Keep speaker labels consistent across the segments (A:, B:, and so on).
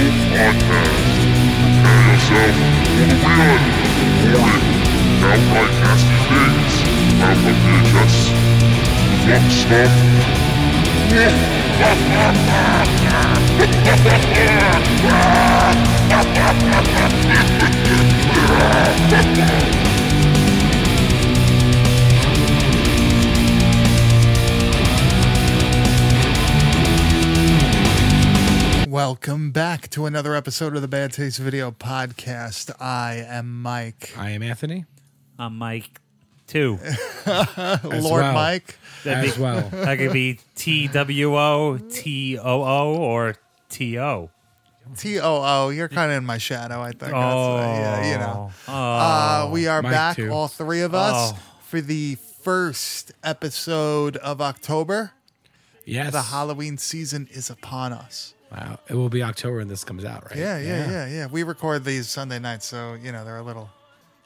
A: podcast. Prepare yourself for the weird, boring, downright nasty things out of VHS. Fuck stuff.
B: Welcome back to another episode of the Bad Taste Video Podcast. I am Mike,
C: I am Anthony
D: I'm Mike two.
B: Lord
C: well.
B: Mike.
D: That'd
C: as
D: be-
C: well.
D: That could be T W O T O O or T O.
B: T O O. You're kind of in my shadow, I think. That's, uh, yeah, you know.
D: Oh.
B: Uh, we are
C: Mike
B: back,
C: too.
B: all three of us,
D: Oh.
B: for the first episode of October.
C: Yes.
B: The Halloween season is upon us.
C: Wow. It will be October when this comes out, right?
B: Yeah, yeah, yeah, yeah. We record these Sunday nights, so you know they're a little,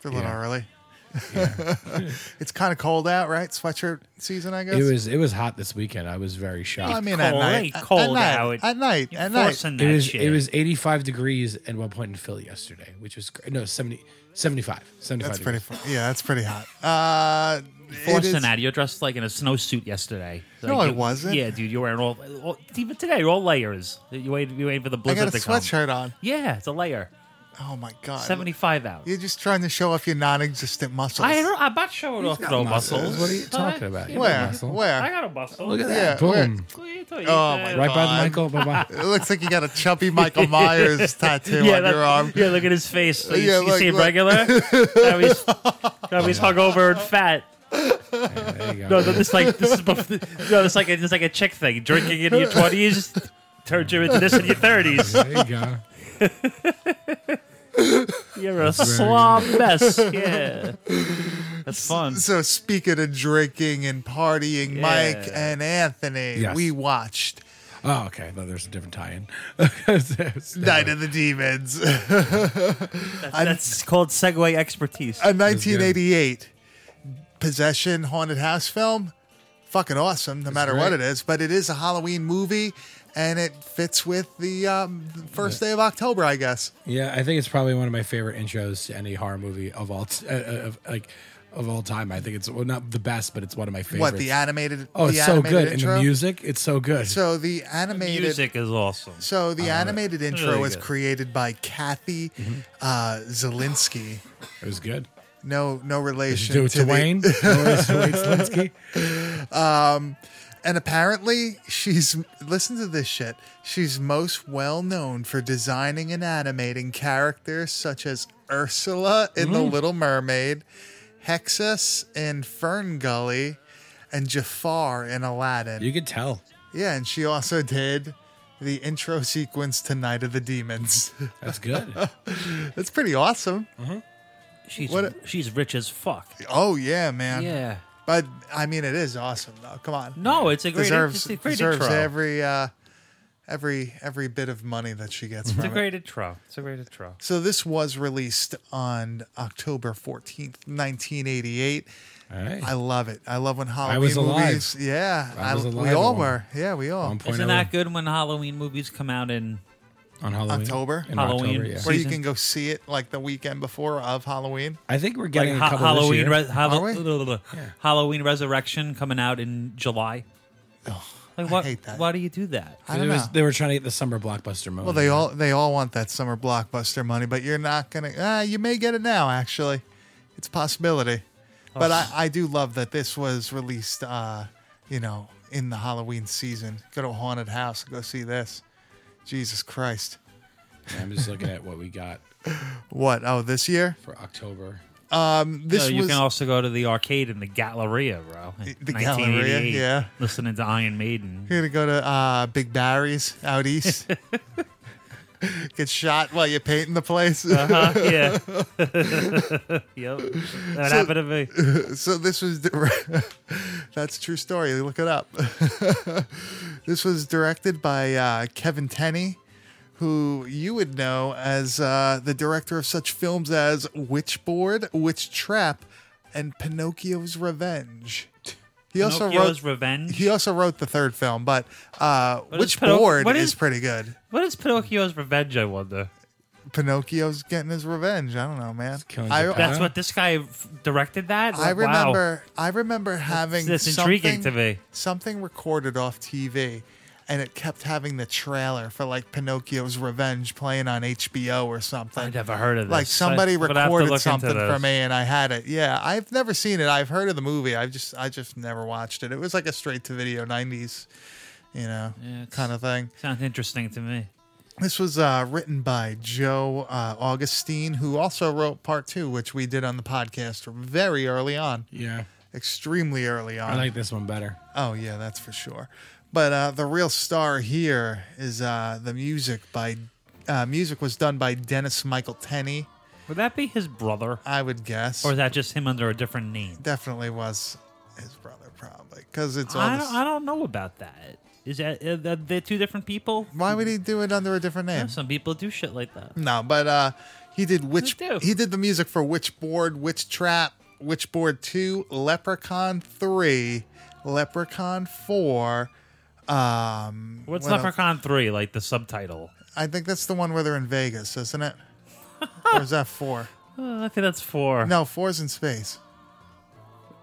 B: they're a little
C: Yeah.
B: early. it's kind of cold out, right? Sweatshirt season, I guess.
C: It was it was hot this weekend. I was very shocked.
B: Well, I mean, at
D: cold.
B: night,
D: It ain't
B: at- at
D: cold
B: night,
D: out.
B: at night,
D: You're
B: at night.
D: forcing
C: it
D: that
C: was
D: shit.
C: it was 85 degrees at one point in Philly yesterday, which was great. No, 70, 75. 75
B: That's pretty.
C: degrees.
B: Fun. Yeah, that's pretty hot. Uh, it
D: forcing
B: is-
D: that. You're dressed like in a snowsuit yesterday.
B: No,
D: Like,
B: I
D: you-
B: wasn't.
D: Yeah, dude, you're wearing all, all even today. You're all layers. You wait. You wait for the
B: I
D: blizzard
B: got a
D: to come.
B: sweatshirt on.
D: Yeah, it's a layer.
B: Oh my god,
D: Seventy-five out.
B: You're just trying to show off your non-existent muscles.
D: I don't- I'm not showing off no muscles.
C: What are you talking about?
D: I,
C: You
B: Where?
C: muscle.
B: Where?
D: I got a muscle.
C: Look at
B: Yeah,
C: that.
B: where-
C: Boom.
D: Oh
B: my
C: Right by
B: God.
C: the Michael. Bye bye.
B: it looks like you got a chubby Michael Myers tattoo
D: yeah,
B: on
D: that-
B: your arm.
D: yeah, look at his face. You,
B: Yeah,
D: you
B: look,
D: see him
B: look.
D: regular. now he's, now he's hungover and fat.
C: There you go.
D: No, no, this like this is bef- no, this like a, this like a chick thing. Drinking in your twenties turns you into this in your thirties.
C: there you go.
D: You're a slob mess. Yeah, that's fun.
B: So speaking of drinking and partying, Mike
D: Yeah.
B: and Anthony,
C: Yes.
B: we watched
C: Oh, okay. No, there's a different tie-in. There's-
B: Night of the Demons, a
D: That's called segue expertise.
B: 1988 possession haunted house film. Fucking awesome, no matter what it
C: great.
B: is. But it is a Halloween movie, and it fits with the um, first day of October, I guess.
C: Yeah, I think it's probably one of my favorite intros to any horror movie of all t- uh, uh, of, like of all time. I think it's well, not the best, but it's one of my favorites.
B: What the animated?
C: Oh,
B: the
C: it's so
B: animated
C: good.
B: Intro?
C: And the music, it's so good.
B: So the animated
D: Music is awesome.
B: So the animated intro
D: really
B: was
D: good.
B: created by Kathy
C: Mm-hmm.
B: uh, Zelinsky.
C: it was good.
B: No, no relation
C: To,
B: to, the-
C: Dwayne, Lawrence Dwayne Slinsky.
B: and apparently, she's listen to this shit. She's most well known for designing and animating characters such as Ursula in The
D: Mm-hmm.
B: Little Mermaid, Hexus in Fern Gully, and Jafar in Aladdin.
C: You could tell.
B: yeah, and she also did the intro sequence to Night of the Demons.
C: That's good.
B: That's pretty awesome.
D: She's
B: what a-
D: she's rich as fuck.
B: Oh yeah, man.
D: Mm. Yeah.
B: But I mean, it is awesome though. Come on,
D: No, it's a great,
B: deserves
D: it's a great
B: deserves
D: intro.
B: every uh, every every bit of money that she gets
D: it's a
B: from it.
D: great intro. It's a great intro.
B: So this was released on October fourteenth, nineteen eighty-eight.
C: All right.
B: I love it. I love when Halloween
C: was alive.
B: movies. Yeah,
C: I was
B: we
C: alive
B: all
C: at one-
B: were. Yeah, we all.
C: One point
D: Isn't
C: oh
D: that good when Halloween movies come out in
C: on Halloween?
B: October?
C: In
D: Halloween.
C: October, yeah.
B: Where you
D: season?
B: can go see it like the weekend before of Halloween.
C: I think we're
D: like
C: getting a
D: ha-
C: couple
D: Halloween
C: This year.
D: Re- Hall-
B: Are we?
D: blah, blah, blah. Halloween Resurrection coming out in July? like what?
B: hate that.
D: Why do you do that?
B: I don't
C: It
B: know.
C: was- they were trying to get the summer blockbuster mode.
B: well, they all they all want that summer blockbuster money, but you're not gonna. Uh, you may get it now. Actually, it's a possibility.
D: Oh.
B: But I, I do love that this was released, uh, you know, in the Halloween season. Go to a haunted house, go see this. Jesus Christ.
C: I'm just looking at what we got
B: What? Oh, this year?
C: for October.
B: This
D: No, you
B: was
D: can also go to the arcade in the Galleria, bro.
B: The Galleria,
D: 1988,
B: yeah.
D: Listening to Iron Maiden.
B: you're gonna go to uh, Big Barry's out east. Get shot while you're painting the place.
D: Uh, yeah. yep. That happened to me.
B: so this was dir- that's a true story. Look it up. this was directed by uh, Kevin Tenney, who you would know as uh, the director of such films as Witchboard, Witch Trap, and Pinocchio's Revenge. He also
D: Pinocchio's
B: wrote.
D: Revenge.
B: He also wrote the third film, but uh,
D: is
B: which
D: Pinoc-
B: board
D: what
B: is,
D: is-
B: pretty good?
D: what is Pinocchio's Revenge? I wonder.
B: Pinocchio's getting his revenge. I don't know, man.
C: killing
B: I,
C: the
D: That's
C: Huh?
D: what this guy f- directed. That
B: I
D: Wow.
B: remember. I remember having
D: That's intriguing
B: something-
D: to me.
B: Something recorded off TV, and it kept having the trailer for like Pinocchio's Revenge playing on HBO or something.
D: I never heard of this.
B: like somebody
D: I- would have to look
B: recorded
D: into
B: something
D: this.
B: for me and I had it. Yeah, I've never seen it. I've heard of the movie. I've just I just never watched it. It was like a straight to video 90s, you know,
D: Yeah, it's-
B: kind of thing.
D: Sounds interesting to me.
B: This was uh, written by Joe uh, Augustine, who also wrote part two, which we did on the podcast very early on,
C: Yeah,
B: extremely early on.
C: I like this one better.
B: Oh yeah, that's for sure. But uh, the real star here is uh, the music by uh, music was done by Dennis Michael Tenney,
D: Would that be his brother,
B: I would guess,
D: or is that just him under a different name?
B: definitely was his brother probably because it's all.
D: I
B: the s-
D: don't, I don't know about that. Is that uh, th- they're two different people?
B: Why would he do it under a different name?
D: Some people do shit like that.
B: No, but uh, he did which
D: do.
B: he did the music for Witch Board, Witch Trap, Witch Board Two, Leprechaun Three, Leprechaun Four. Um,
D: What's
B: what else?
D: Leprechaun Three? Like the subtitle?
B: I think that's the one where they're in Vegas, isn't it? or is that four?
D: Uh, I think that's four.
B: No, four's in space.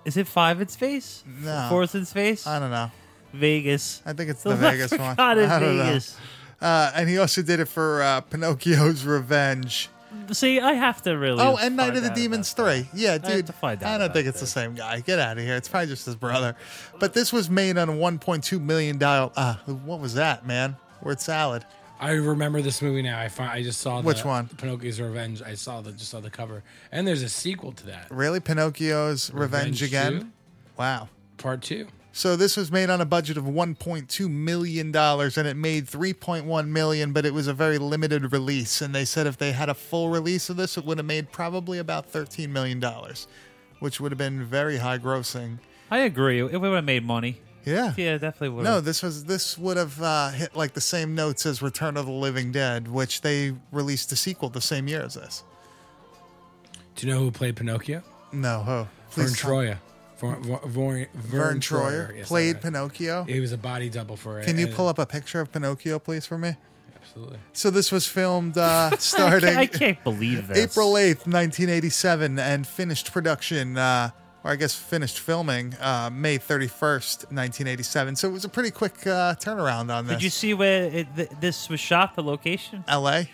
D: Is it five in space?
B: No.
D: Four's in space?
B: I don't know.
D: Vegas.
B: I think it's
D: The
B: the, Vegas one.
D: Leprechaun in
B: I don't know.
D: Vegas.
B: Uh, and he also did it for uh, Pinocchio's Revenge.
D: See, I have to really.
B: Oh, and Night
D: find
B: of the
D: out
B: Demons
D: about that.
B: three. Yeah, dude.
D: I have to find out
B: I don't
D: about
B: think it's
D: this.
B: the same guy. Get out of here. It's probably just his brother. But this was made on a 1.2 million dollar. Uh, what was that, man? Word salad.
C: I remember this movie now. I find, I just saw the,
B: Which one?
C: Pinocchio's Revenge. I saw the just saw the cover, and there's a sequel to that,
B: Really, Pinocchio's Revenge,
C: Revenge
B: again?
C: two?
B: Wow.
C: part two.
B: So this was made on a budget of 1.2 million dollars, and it made 3.1 million. But it was a very limited release, and they said if they had a full release of this, it would have made probably about 13 million dollars, which would have been very high grossing.
D: I agree. It would have made money. Yeah, it definitely would.
B: No, this was this would have uh, hit like the same notes as Return of the Living Dead, which they released a sequel the same year as this.
C: Do you know who played Pinocchio?
B: No, oh,
C: Vern
B: please tell-
C: Troyer. Vern, Vern,
B: Vern Troyer
C: yes,
B: played
C: I-
B: Pinocchio.
C: He was a body double for it.
B: Can you pull up a picture of Pinocchio, please, for me?
C: Absolutely.
B: So this was filmed uh,
D: I
B: starting
D: can't, I can't believe this.
B: April eighth, nineteen eighty-seven, and finished production, uh, or I guess finished filming, uh, May thirty-first, nineteen eighty-seven. So it was a pretty quick uh, turnaround on this.
D: Did you see where it, th- this was shot? The location?
B: L.A.?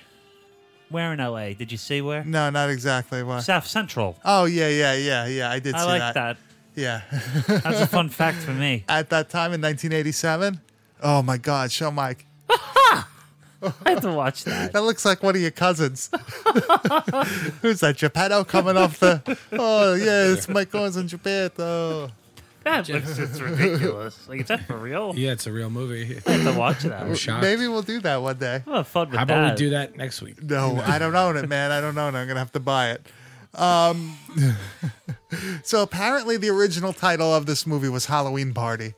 D: Where in LA? Did you see where?
B: No, not exactly. What?
D: South Central.
B: Oh yeah, yeah, yeah, yeah. I did
D: I
B: see
D: like that.
B: Yeah.
D: That's a fun fact for me.
B: At that time in 1987. Oh my God, show Mike.
D: I have to watch that.
B: That looks like one of your cousins. Who's that? Geppetto coming off the. Oh yeah, it's my cousin Geppetto.
D: That looks it's ridiculous. Like, is that for real?
C: Yeah, it's a real movie.
D: I have to watch that.
C: I'm shocked.
B: Maybe we'll do that one day.
D: I'll have fun with
C: How about
D: that.
C: we do that next week?
B: No, I don't own it, man. I don't own it. I'm gonna have to buy it. Um, so apparently, the original title of this movie was Halloween Party.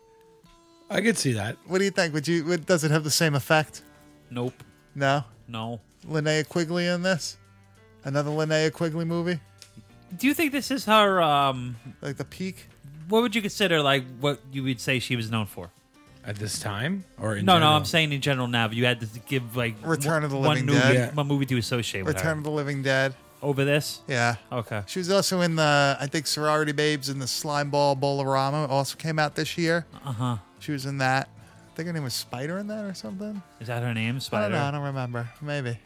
C: I could see that.
B: What do you think? Would you? would- Does it have the same effect?
D: Nope.
B: No.
D: No.
B: Linnea Quigley in this? Another Linnea Quigley movie?
D: Do you think this is her? Um,
B: Like the peak?
D: what would you consider like what you would say she was known for?
C: At this time? Or in
D: No, no,
C: general?
D: I'm saying in general. Now, if you had to give like
B: Return of the
D: one
B: Living
D: movie,
B: Dead.
C: Yeah.
D: one movie to associate with
B: Return
D: her
B: of the Living Dead.
D: over this.
B: Yeah.
D: Okay.
B: She was also in the, I think, Sorority Babes and the Slime Ball Bolorama also came out this year.
D: Uh huh.
B: She was in that. I think her name was Spider in that or something.
D: Is that her name,
B: I don't
D: Spider?
B: know. I don't remember. Maybe.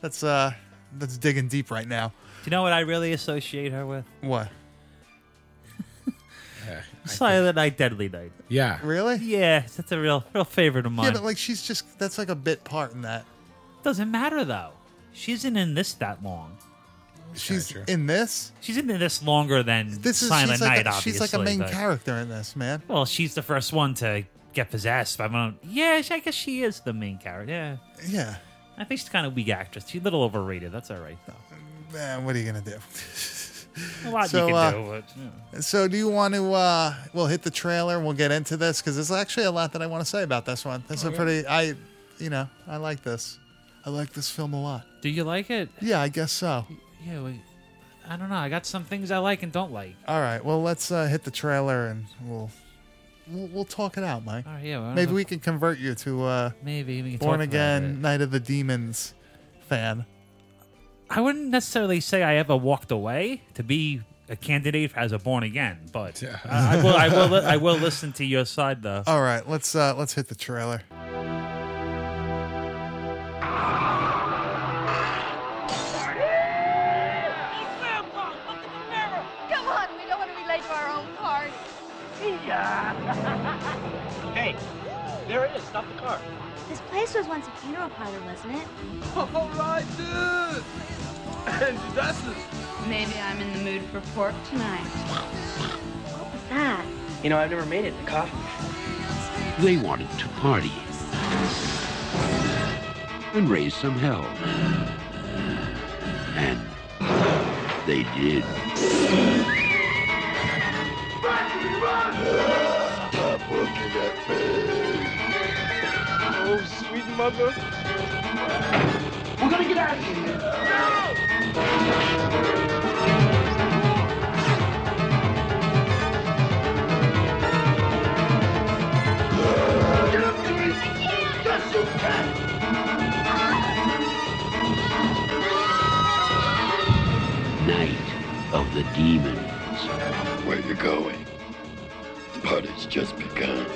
B: That's uh, that's digging deep right now.
D: Do you know what I really associate her with?
B: What?
C: Yeah, I think-
D: Silent Night, Deadly Night.
C: yeah.
B: Really?
D: Yeah, that's a real, real favorite of
B: Yeah,
D: mine.
B: but like she's just that's like a bit part in that.
D: Doesn't matter though. She isn't in this that long.
B: She's
C: true.
B: in this.
D: She's in this longer than
B: This is
D: Silent
B: she's
D: Night.
B: like a,
D: obviously,
B: she's like a main
D: but-
B: character in this man.
D: Well, she's the first one to get possessed. But I don't. Yeah, she- I guess she is the main character. Yeah,
B: Yeah.
D: I think she's kind of weak actress. She's a little overrated. That's all right though.
B: Man, what are you gonna do?
D: A lot
B: So,
D: you can
B: uh,
D: do. But, yeah.
B: So, do you want to? uh We'll hit the trailer. and We'll get into this because there's actually a lot that I want to say about this one. This is a pretty. I, you know, I like this. I like this film a lot.
D: Do you like it?
B: Yeah, I guess so.
D: Yeah. Wait. I don't know. I got some things I like and don't like.
B: All right. Well, let's uh, hit the trailer and we'll we'll, we'll talk it out, Mike.
E: All right, yeah. well, I don't
B: Maybe
C: Uh-huh.
E: know.
B: we can convert you to uh,
E: maybe we can
B: Born
E: talk about
B: Again,
E: it.
B: Night of the Demons fan.
D: I wouldn't necessarily say I ever walked away to be a candidate as a born again, but I, I will. I will. Li- I will listen to your side though.
B: All right, let's uh, let's hit the trailer.
F: He's vampire! Look in the mirror! Come on, we don't want to be late for our own party.
G: Hey, there it is. Stop the car.
H: This place was once a funeral parlor, wasn't it?
F: Maybe I'm in the mood for pork tonight.
H: What was that?
G: You know, I've never made it to coffee before.
A: They wanted to party and raise some hell. And they did.
G: Oh, sweet mother. We're gonna get out of here.
A: Night of the Demons.
I: Where you going? The party's just begun.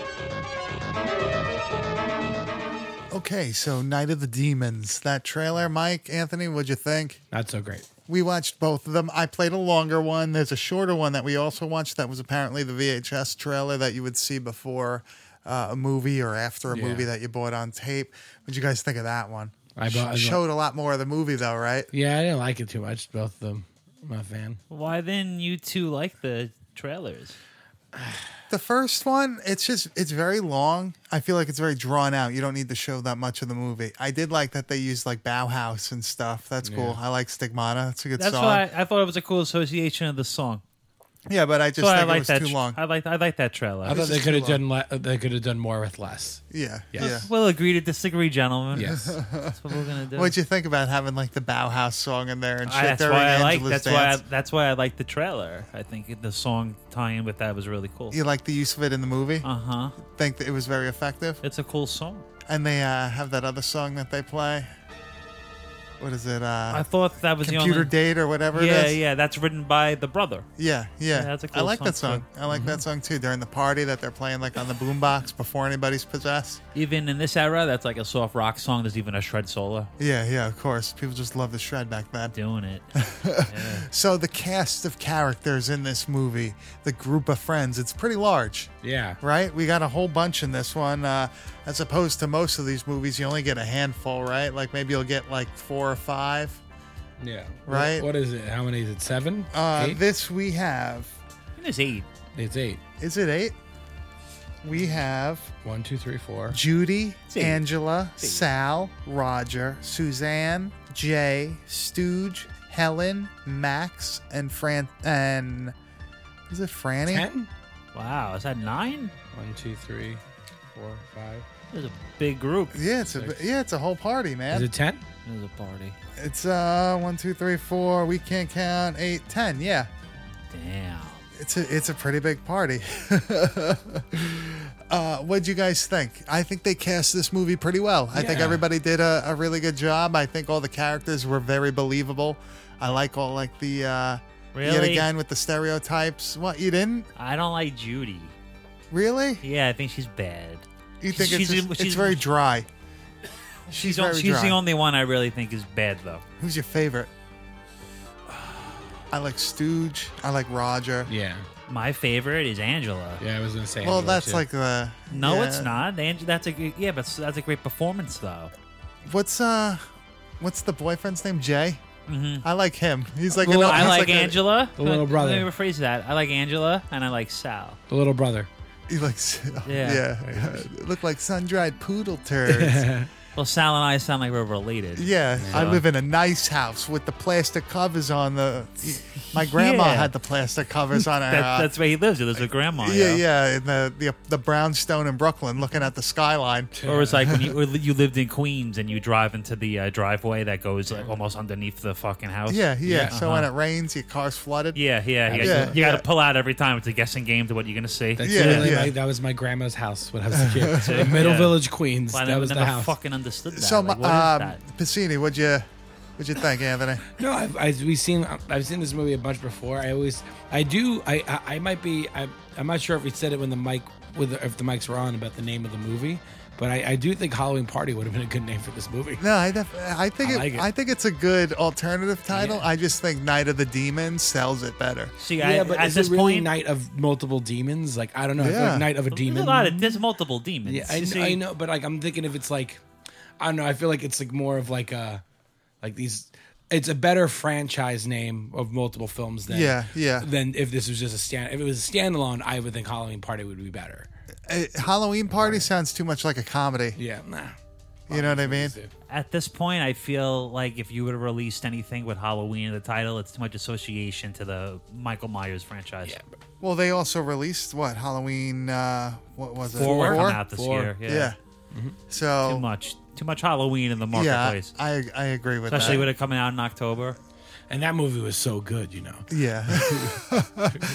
B: Okay, so Night of the Demons, that trailer, Mike, Anthony, what'd you think?
C: Not so great.
B: We watched both of them. I played a longer one. There's a shorter one that we also watched that was apparently the VHS trailer that you would see before uh, a movie or after a
C: Yeah.
B: movie that you bought on tape. What'd you guys think of that one?
C: I bought- I bought-
B: showed a lot more of the movie though, right?
C: Yeah, I didn't like it too much. Both of them. I'm not a fan.
E: Why then you two like the trailers?
B: The first one, it's just it's very long. I feel like it's very drawn out. You don't need to show that much of the movie. I did like that they used like Bauhaus and stuff. That's cool. I like Stigmata. That's a good
E: That's
B: song.
E: why I, I thought it was a cool association of the song.
B: yeah, but I just
D: So I
B: think it
D: like
B: was
D: that. uh,
B: too
D: tr-
B: long.
D: I like. I like that trailer.
C: I thought
B: This
C: they
B: is
C: could have
B: too long.
C: done. Le- they could have done more with less.
B: yeah, yeah.
C: Yes.
E: We'll agree to disagree, gentlemen.
C: Yes.
E: That's what we're gonna do.
B: What'd you think about having like the Bauhaus song in there and shit
D: I, that's
B: during
D: why I like.
B: Angela's
D: That's why. I,
B: dance?
D: that's why I like the trailer. I think the song tie-in with that was really cool.
B: you like the use of it in the movie?
D: Uh huh.
B: think that it was very effective?
D: It's a cool song.
B: And they uh, have that other song that they play. What is it?
D: I
B: Uh,
D: thought that was
B: Computer
D: the
B: Date or whatever
D: only.
B: it
D: Yeah,
B: is?
D: yeah. That's written by the brother.
B: Yeah, yeah.
D: Yeah, that's a
B: I
D: cool
B: like
D: song, Mm-hmm.
B: that song. I like that song too. During the party that they're playing like on the boombox before anybody's possessed.
D: Even in this era, that's like a soft rock song. There's even a shred solo
B: Yeah, yeah, of course. People just love the shred back then.
D: doing it.
B: So the cast of characters in this movie, the group of friends, it's pretty large,
C: Yeah.
B: right? We got a whole bunch in this one. Uh, as opposed to most of these movies, you only get a handful, right? Like maybe you'll get like four or five.
C: Yeah.
B: Right?
C: What is it? How many is it? Seven?
B: Uh,
C: eight?
B: this we have.
D: There's eight.
C: it's eight.
B: Is it eight? We have
C: One, two, three, four.
B: Judy,
D: See.
B: Angela, Sal, Roger, Suzanne, Jay, Stooge, Helen, Max, and Fran. And is it Franny?
C: Ten?
D: Wow, is that nine?
C: One, two, three, four, five.
D: There's a big group.
B: Yeah, it's a yeah, it's a whole party,
C: Is
B: man.
C: it ten?
E: It was a party.
B: it's uh one, two, three, four. We can't count eight, ten. Yeah,
D: Damn.
B: it's a it's a pretty big party. Uh, what'd you guys think? I think they cast this movie pretty well. I think
C: Yeah.
B: everybody did a, a really good job. I think all the characters were very believable. I like all like the uh, yet
D: Really?
B: again with the stereotypes. What you didn't
D: I don't like Judy.
B: really?
D: Yeah, I think she's bad.
B: You think
D: She's-
B: it's just-
D: she's-
B: it's
D: she's-
B: very dry? She's,
D: She's, the-
B: very
D: she's
B: dry.
D: the only one I really think is bad though.
B: Who's your favorite? I like Stooge. I like Roger.
C: Yeah.
D: My favorite is Angela.
C: Yeah, I was gonna say.
B: Well,
C: Angela,
B: that's
C: too.
B: like the
D: No,
B: yeah.
D: it's not. Ang- that's a g- yeah, but that's a great performance though.
B: What's uh, what's the boyfriend's name? Jay. Mm-hmm. I like him. He's like an-
D: Well, I
B: he's
D: like
B: a-
D: Angela.
C: The little brother.
D: Let me rephrase that. I like Angela and I like Sal.
C: the little brother.
B: He likes yeah.
D: Yeah.
B: Look like sun-dried poodle turds.
D: Well, Sal and I sound like we're related.
B: yeah, I live in a nice house with the plastic covers on the My grandma
D: Yeah.
B: had the plastic covers on her.
D: That,
B: uh,
D: that's where he lives. There's a grandma.
B: yeah, yeah, in the, the the brownstone in Brooklyn, looking at the skyline.
D: Or it's like when you when you lived in Queens and you drive into the uh, driveway that goes like almost underneath the fucking house.
B: Yeah, uh, yeah.
C: Yeah,
B: So when it rains, your car's flooded.
D: uh-huh. Yeah, yeah, yeah.
B: Yeah,
D: you got
B: yeah.
D: to pull out every time. It's a guessing game to what you're gonna see.
C: That's
B: Yeah,
C: literally
B: yeah.
C: My, that was my grandma's house when I was a kid. Middle Village, Queens.
D: I
C: that was
D: never
C: the house.
D: fucking understood that.
B: So,
D: Like, what is
B: my- um,
D: that?
B: Piscini, what'd you what'd you think, Anthony?
C: No, I've, I've we've seen I've seen this movie a bunch before. I always I do I I, I might be I, I'm not sure if we said it when the mic with if the mics were on about the name of the movie, but I, I do think Halloween Party would have been a good name for this movie.
B: No, I, def- I think
C: I
B: it,
C: like it.
B: I think it's a good alternative title.
C: Yeah.
B: I just think Night of the Demon sells it better.
D: See, I, at
C: is
D: this
C: it really
D: point,
C: Night of multiple demons? Like I don't know, I feel
B: Yeah.
C: like Night of a
D: there's
C: demon.
D: a lot of there's multiple demons.
C: yeah, I,
D: You see,
C: I know, but like I'm thinking if it's like I don't know, I feel like it's like more of like a like these. It's a better franchise name of multiple films than
B: Yeah, yeah.
C: than if this was just a stand. If it was a standalone, I would think Halloween Party would be better.
B: Uh, Halloween Party sounds too much like a comedy.
C: Yeah, nah.
B: You know what I mean?
D: At this point, I feel like if you would have released anything with Halloween in the title, it's too much association to the Michael Myers franchise.
C: Yeah,
B: Well, they also released what Halloween? Uh, what was it?
D: Four will come out this
C: Four. Mm-hmm.
D: year. Yeah.
B: Yeah. So
D: Too much. Too much Halloween in the
B: yeah,
D: marketplace.
B: I I agree with
D: Especially with
B: that.
D: it coming out in October.
C: And that movie was so good, you know.
B: yeah.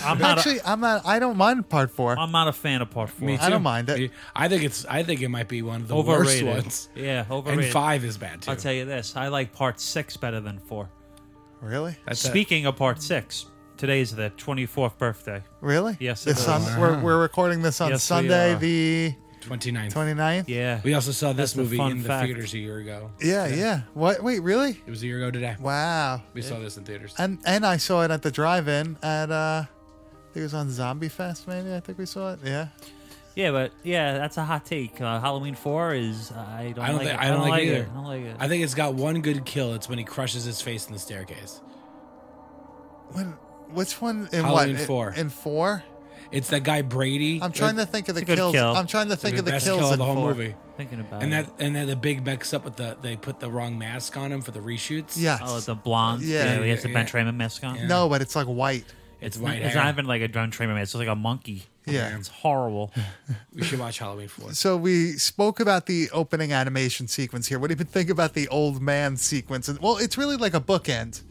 D: I'm not a,
B: Actually, I'm not. I don't mind part four.
D: I'm not a fan of part four.
B: I don't mind it.
C: I think it's. I think it might be one of the
D: overrated.
C: worst ones.
D: Yeah,
C: And
D: overrated.
C: five is bad too.
D: I'll tell you this. I like part six better than four.
B: Really?
C: That's it.
D: Speaking of part six, today is the 24th birthday.
B: Really?
D: Yes, it
B: It's
D: is.
B: on, we're, we're recording this on
D: Yes, we
B: Sunday,
D: are.
B: the
C: 29th.
B: 29th.
D: Yeah.
C: We also saw this
D: That's the
C: movie
D: fun
C: in the
D: fact.
C: theaters a year ago.
B: Yeah, yeah. What? Wait, really?
C: It was a year ago today.
B: Wow.
C: We saw this in theaters.
B: And and I saw it at the drive-in at uh, I think it was on Zombie Fest. Maybe I think we saw it. Yeah.
D: Yeah, but yeah, that's a hot take. Uh, Halloween 4 is. uh, I don't,
C: I don't
D: like
C: think-
D: it.
C: I don't like it either.
D: I don't like it.
C: I think it's got one good kill. It's when he crushes his face in the staircase.
B: When? Which one? In
C: Halloween
B: what? In-
C: four.
B: In four?
C: It's that guy Brady.
B: I'm trying to think of the
D: a good
B: kills.
D: kill.
B: I'm trying to
C: It's
B: think of the
C: best
B: kills
C: kill
B: in
C: of the whole
B: four.
C: movie.
D: Thinking about
C: And
D: it.
C: that and then the big mix up with the they put the wrong mask on him for the reshoots.
B: Yes.
D: Oh, the blonde.
B: Yeah.
D: Yeah, he has the Ben
C: Yeah.
D: Traman mask on.
B: No, but it's like white.
C: It's white
D: It's
C: hair.
D: not even like a Ben Traman mask. It's like a monkey.
B: Yeah.
D: It's horrible.
C: We should watch Halloween Four.
B: So we spoke about the opening animation sequence here. What do you think about the old man sequence? And well, it's really like a bookend,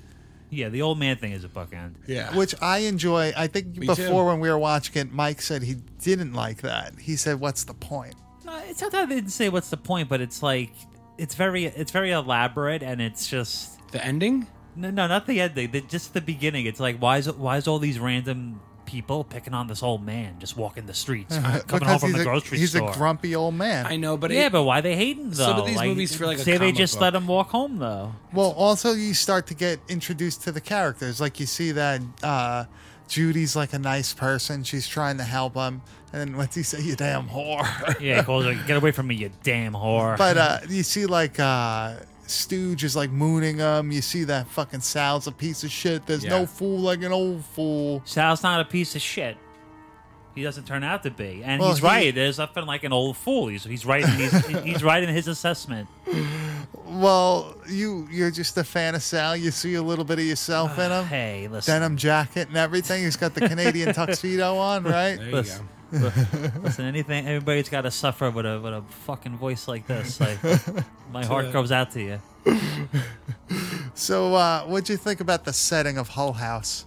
D: yeah, the old man thing is a bookend.
C: Yeah.
B: which I enjoy. I think
C: Me
B: before
C: too.
B: when we were watching it, Mike said he didn't like that. He said, "What's the point?"
D: No, it's not that I didn't say what's the point, but it's like it's very it's very elaborate and it's just
C: the ending?
D: no, no, not the ending. The, just the beginning. It's like why is why is all these random people picking on this old man just walking the streets coming home
B: Uh-huh.
D: from
B: he's,
D: the
B: a,
D: grocery
B: he's
D: store?
B: a grumpy old man.
C: I know, but
D: yeah,
C: it,
D: but why they hating though?
C: Some of these movies feel like a
D: say they
C: comic
D: just
C: book.
D: let him walk home though.
B: Well, also you start to get introduced to the characters. Like you see that uh, Judy's like a nice person. She's trying to help him, and then what's he say? You damn whore.
D: Yeah, he calls like, get away from me, you damn whore.
B: But uh, you see, like, uh, Stooge is like mooning him. You see that fucking Sal's a piece of shit. There's no
C: Yeah.
B: fool like an old fool.
D: Sal's not a piece of shit. He doesn't turn out to be, and
B: Well,
D: he's
B: he-
D: right. There's nothing like an old fool. He's he's right. in- He's, he's right in his assessment.
B: Well, you you're just a fan of Sal. You see a little bit of yourself in him.
D: Ah, Hey, listen.
B: Denim jacket and everything. He's got the Canadian tuxedo on,
C: there
B: right?
C: you
D: Listen.
C: go.
D: Listen, anything, everybody's got to suffer with a with a fucking voice like this. Like, my heart goes out to you.
B: So, uh, what'd you think about the setting of Hull House?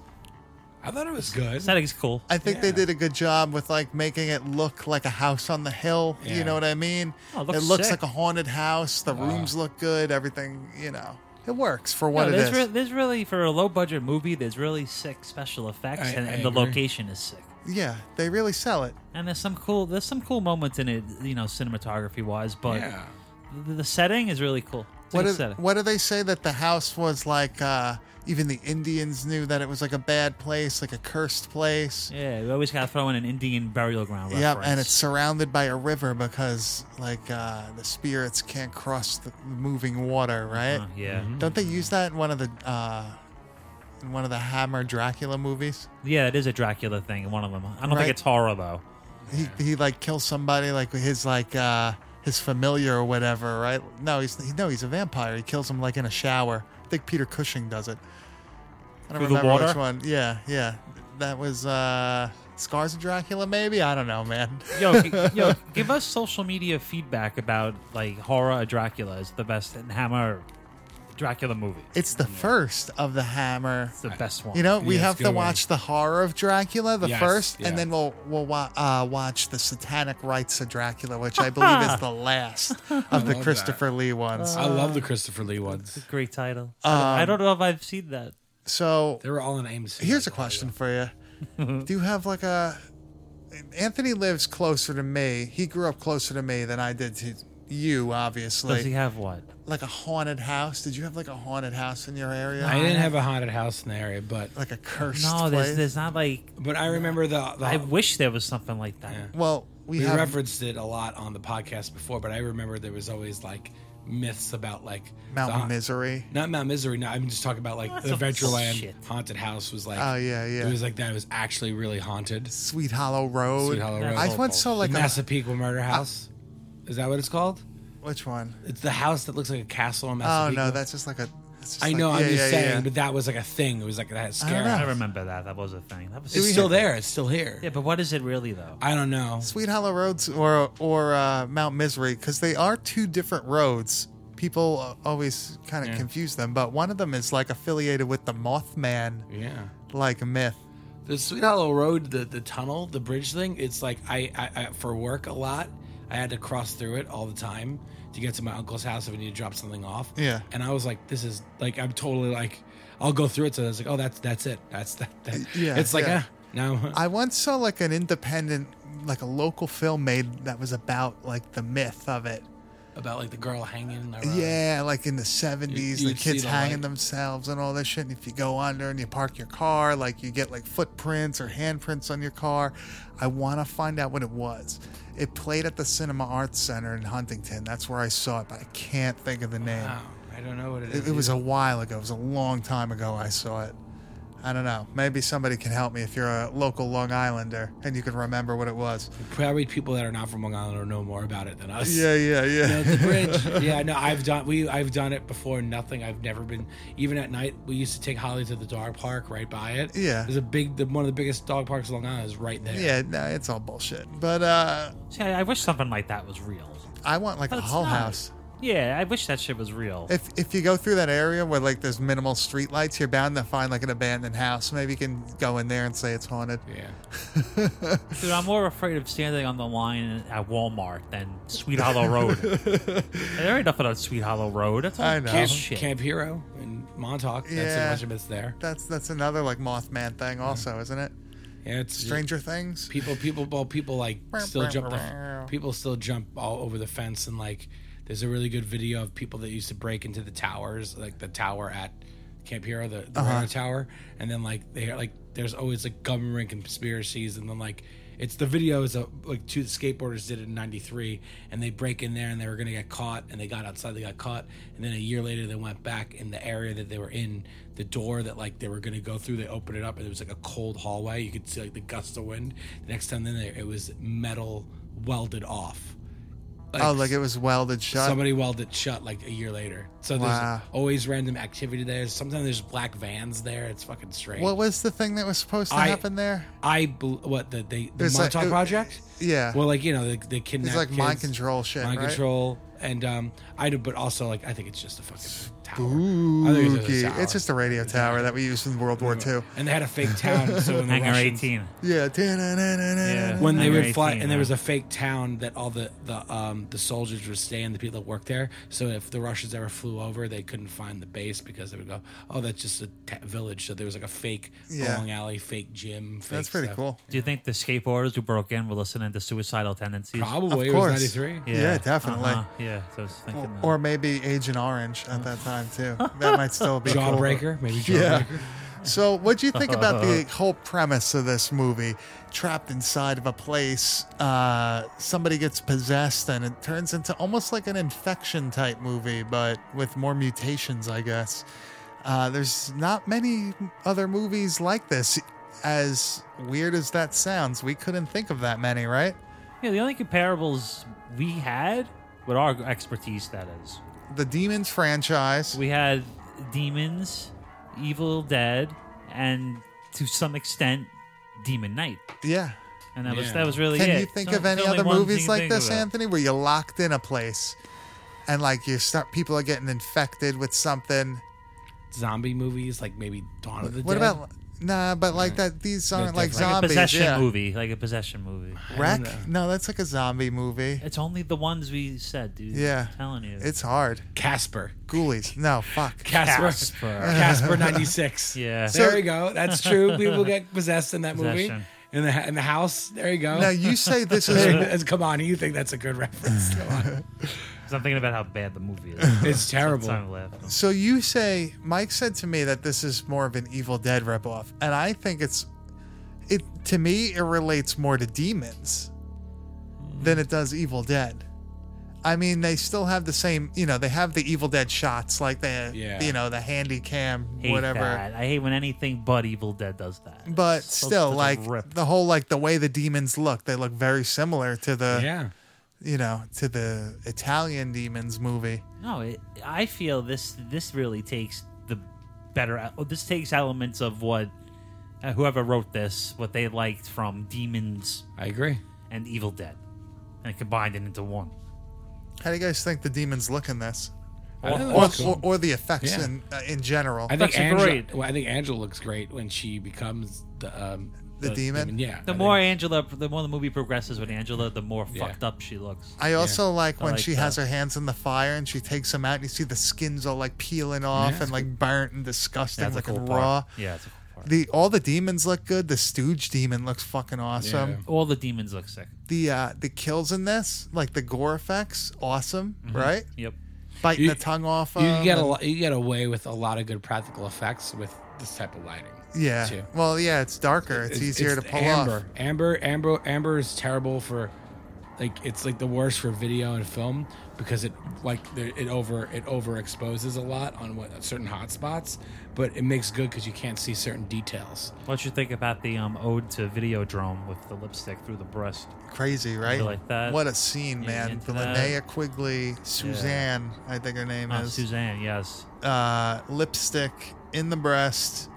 C: I thought it was good.
D: Setting's cool.
B: I think they did a good job with like making it look like a house on the hill. You
C: Yeah.
B: know what I mean?
D: Oh, it
B: it
D: looks
B: looks
D: sick.
B: like a haunted house. The rooms look good. Everything, you know, it works for what
D: No,
B: it
D: there's,
B: is.
D: re- there's really for a low budget movie. There's really sick special effects,
C: I-
D: and,
C: I
D: and the
C: agree.
D: location is sick.
B: Yeah, they really sell it.
D: And there's some cool there's some cool moments in it, you know, cinematography wise. But
C: yeah.
D: the, the setting is really cool. It's a
B: What
D: good
B: do,
D: setting.
B: what do they say that the house was like? Uh, even the Indians knew that it was like a bad place, like a cursed place.
D: Yeah, we always gotta throw in an Indian burial ground
B: Yep,
D: reference.
B: and it's surrounded by a river because like uh, the spirits can't cross the moving water, right?
D: Uh, yeah,
B: Don't they use that in one of the uh, in one of the Hammer Dracula movies?
D: yeah, it is a Dracula thing in one of them. I don't
B: Right.
D: think it's horror though.
B: He he like kills somebody like with his like uh, his familiar or whatever, right? No, he's no he's a vampire. He kills him like in a shower. I think Peter Cushing does it. I I don't
J: Through the
B: remember which
J: water?
B: one. Yeah, yeah. That was uh Scars of Dracula, maybe? I don't know, man.
J: yo, g- yo, give us social media feedback about like horror or Dracula is the best and Hammer Dracula movie.
B: It's the first of the hammer.
J: It's the best one.
B: You know, we
C: Yeah, it's
B: have
C: a
B: to
C: good one.
B: watch the horror of Dracula, the
C: Yes,
B: first,
C: yeah.
B: and then we'll we'll wa- uh, watch the Satanic Rites of Dracula, which I believe is the last of the
C: that. Uh,
B: Christopher Lee ones.
C: I love the Christopher Lee ones.
D: Great title.
B: um,
D: I don't know if I've seen that.
B: So
C: They were all in AIMC.
B: here's a question for you: Do you have like a Anthony lives closer to me? He grew up closer to me than I did to you, obviously.
D: Does he have what?
B: like a haunted house? Did you have like a haunted house in your area?
C: I didn't have a haunted house in the area, but
B: like a cursed
D: No,
B: place.
D: there's, there's not like.
C: but I remember the, the
B: Oh.
D: I wish there was something like that.
B: well, we,
C: we
B: have
C: referenced it a lot on the podcast before, but I remember there was always like myths about like
B: Mountain
C: the-
B: Misery.
C: Not Mount Misery. No, I'm just talking about like the Adventureland
D: shit.
C: haunted house was like.
B: Oh, yeah, yeah.
C: It was like that. It was actually really haunted.
B: Sweet Hollow Road.
C: Sweet Hollow Road.
B: I once saw like
C: the
B: a
C: Massapequa Murder House. Is that what it's called?
B: which one?
C: It's the house that looks like a castle in
B: Oh
C: Massapequa.
B: no, that's just like a. that's just
C: I
B: like-
C: know. I'm
B: yeah,
C: just
B: yeah,
C: saying,
B: yeah.
C: but that was like a thing. It was like that
B: know.
C: scary.
J: I
C: house.
J: remember that. That was a thing. That was
C: It's still there. It's still here.
D: Yeah, but what is it really though?
C: I don't know.
B: Sweet Hollow Roads or or uh, Mount Misery because they are two different roads. People uh, always kind of confuse them, but one of them is like affiliated with the Mothman
C: Yeah.
B: like myth.
C: The Sweet Hollow Road, the, the tunnel, the bridge thing, it's like I, I, I, for work a lot, I had to cross through it all the time to get to my uncle's house if I need to drop something off.
B: Yeah.
C: And I was like, this is like, I'm totally like, I'll go through it. So I was like, oh, that's, that's it. That's that. that.
B: Yeah,
C: It's like,
B: yeah.
C: ah, now.
B: I once saw like an independent, like a local film made that was about like the myth of it.
C: about like the girl hanging. Around.
B: Yeah, like in the 70s,
C: You-
B: the
C: you'd see
B: kids
C: the
B: hanging
C: light.
B: themselves and all this shit. And if you go under and you park your car, like you get like footprints or handprints on your car. I want to find out what it was. It played at the Cinema Arts Center in Huntington. That's where I saw it, but I can't think of the name.
C: Wow. I don't know what it is.
B: It, it was a while ago. It was a long time ago I saw it. I don't know. Maybe somebody can help me if you're a local Long Islander and you can remember what it was.
C: Probably people that are not from Long Island or know more about it than us.
B: Yeah, yeah, yeah.
C: You know, the bridge. yeah, no, I've done we I've done it before. Nothing. I've never been even at night. We used to take Holly to the dog park right by it.
B: Yeah.
C: there's a big the, one of the biggest dog parks in Long Island is right there.
B: yeah, no, it's all bullshit. But uh,
D: See, I, I wish something like that was real.
B: I want like a
D: That's
B: Hull
D: nice.
B: House.
D: Yeah, I wish that shit was real.
B: If if you go through that area where like there's minimal streetlights, you're bound to find like an abandoned house. Maybe you can go in there and say it's haunted.
C: yeah.
D: Dude, I'm more afraid of standing on the line at Walmart than Sweet Hollow Road. there ain't nothing on Sweet Hollow Road. That's all
B: I know.
C: Camp,
D: Shit.
C: Camp Hero in Montauk. That's a
B: Yeah.
C: bunch of it's there.
B: That's that's another like Mothman thing also, isn't it?
C: Mm-hmm. Yeah, it's
B: Stranger Things.
C: people. People. Well, people like still jump. The, people still jump all over the fence and like. There's a really good video of people that used to break into the towers, like the tower at Camp Hero, the, the radar tower, and then like they like there's always like government conspiracies, and then like it's the video is a, like two skateboarders did it in '93, and they break in there and they were gonna get caught, and they got outside, they got caught, and then a year later they went back in the area that they were in, the door that like they were gonna go through, they opened it up and it was like a cold hallway, you could see like the gust of wind. The next time then it was metal welded off.
B: Oh, like it was welded shut.
C: Somebody welded it shut like a year later. So there's
B: Wow.
C: always random activity there. Sometimes there's black vans there. It's fucking strange.
B: what was the thing that was supposed to
C: I-
B: happen there?
C: I bel what the the, the
B: There's like-
C: Montauk
B: it-
C: Project?
B: yeah.
C: Well, like you know, they, they kidnap.
B: like mind
C: kids.
B: control shit,
C: Mind
B: right?
C: control, and um, I do, but also like I think it's just a fucking tower. I think it's
B: Spooky.
C: just a tower.
B: It's just a radio tower that we used in World War II.
C: and they had a fake town. So when the
J: Hangar
C: Russians-
J: 18.
B: Yeah.
J: Yeah.
C: when they
J: Hangar
C: would fly,
J: 18,
C: and there
J: huh?
C: was a fake town that all the the um the soldiers were staying, the people that worked there. So if the Russians ever flew over, they couldn't find the base because they would go, "Oh, that's just a ta village." So there was like a fake
B: Yeah.
C: long alley, fake gym. Fake
B: That's pretty
C: stuff.
B: cool.
J: Do you think the skateboarders who broke in were listening to suicidal tendencies?
C: Probably
B: Of
C: it was
B: course.
C: ninety three.
B: Yeah, definitely.
J: Uh-huh. Yeah, so I was thinking
C: Oh,
B: Or-
J: that.
B: Or maybe Agent Orange at that time too. That might still be cool.
C: Jawbreaker, maybe Jawbreaker.
B: Yeah. So, what do you think about the whole premise of this movie? Trapped inside of a place, uh, somebody gets possessed, and it turns into almost like an infection type movie, but with more mutations, I guess. Uh, there's not many other movies like this. As weird as that sounds, we couldn't think of that many, right?
D: Yeah, the only comparables we had, with our expertise, that is,
B: The Demons franchise.
D: we had Demons, Evil Dead, and to some extent, Demon Knight.
B: Yeah.
D: And that was
C: Yeah.
D: that was really
B: Can
D: it.
B: you think
D: So
B: of any
D: it's only
B: other
D: one
B: movies
D: thing
B: like
D: think of
B: this,
D: it.
B: Anthony, where you're locked in a place and like you start people are getting infected with something?
C: Zombie movies like maybe Dawn of the
B: What
C: Dead.
B: about nah? But like that, these aren't like
D: Like a
B: zombies.
D: possession
B: yeah.
D: movie, like a possession movie.
B: Wreck? No, that's like a zombie movie.
D: It's only the ones we said, dude.
B: Yeah.
D: I'm telling you.
B: It's hard.
C: Casper?
B: Ghoulies. No, fuck.
C: Casper.
D: Casper.
C: Casper ninety six.
D: Yeah.
C: There you go. That's true. People get possessed in that movie.
D: Possession.
C: In the in the house. There you go.
B: Now you say this is
C: It's- Come on, you think that's a good reference? Come on.
D: 'Cause I'm thinking about how bad the movie is.
C: It's terrible.
D: That's why I'm laughing.
B: so you say Mike said to me that this is more of an Evil Dead ripoff, and I think it's it to me it relates more to demons
C: Hmm.
B: than it does Evil Dead. I mean, they still have the same, you know, they have the Evil Dead shots, like the,
C: Yeah.
B: you know, the handy cam,
D: Hate
B: whatever.
D: that. I hate when anything but Evil Dead does that.
B: But
D: It's so-
B: still,
D: such
B: like
D: a rip.
B: the whole, like the way the demons look, they look very similar to the,
C: Yeah.
B: you know, to the Italian demons movie.
D: No, it, I feel this this really takes the better. oh, This takes elements of what uh, whoever wrote this, what they liked from Demons
C: I agree.
D: and Evil Dead, and combined it into one.
B: How do you guys think the demons look in this?
C: I think it
B: or,
C: looks
B: or,
C: cool.
B: or the effects
C: Yeah.
B: in uh, in general.
C: I think
D: Effects are
C: Angela.
D: great.
C: Well, I think Angela looks great when she becomes the um,
B: The demon?
C: Yeah.
D: The
C: I
D: more
C: think-
D: Angela, the more the movie progresses with Angela, the more
C: Yeah.
D: fucked up she looks.
B: I also like
D: I
B: when
D: like
B: she
D: that.
B: has her hands in the fire and she takes them out and you see the skins all like peeling off and like burnt and disgusting
D: That's a
B: looking
D: cool
B: raw.
D: part. Yeah, it's a cool part.
B: The all the demons look good. The stooge demon looks fucking awesome.
C: Yeah.
D: All the demons look sick.
B: The uh the kills in this, like the gore effects, awesome, right?
D: Yep.
B: Biting
C: Mm-hmm. You-
B: the tongue off.
C: you
B: of
C: get a
B: and-
C: lot, you get away with a lot of good practical effects with this type of lighting.
B: Yeah.
C: too.
B: Well, yeah, it's darker. It's, easier to pull
C: amber.
B: off.
C: Amber, amber, amber is terrible for, like it's like the worst for video and film because it like there- it over it overexposes a lot on what certain hot spots, but it makes good because you can't see certain details.
D: What you think about the um, ode to Videodrome with the lipstick through the breast?
B: Crazy, right?
D: like that.
B: What a scene,
D: Yeah,
B: man.
D: into that.
B: Linnea Quigley, Suzanne, I think her name
D: Ah,
B: is.
D: Suzanne, yes.
B: uh, lipstick in the breast,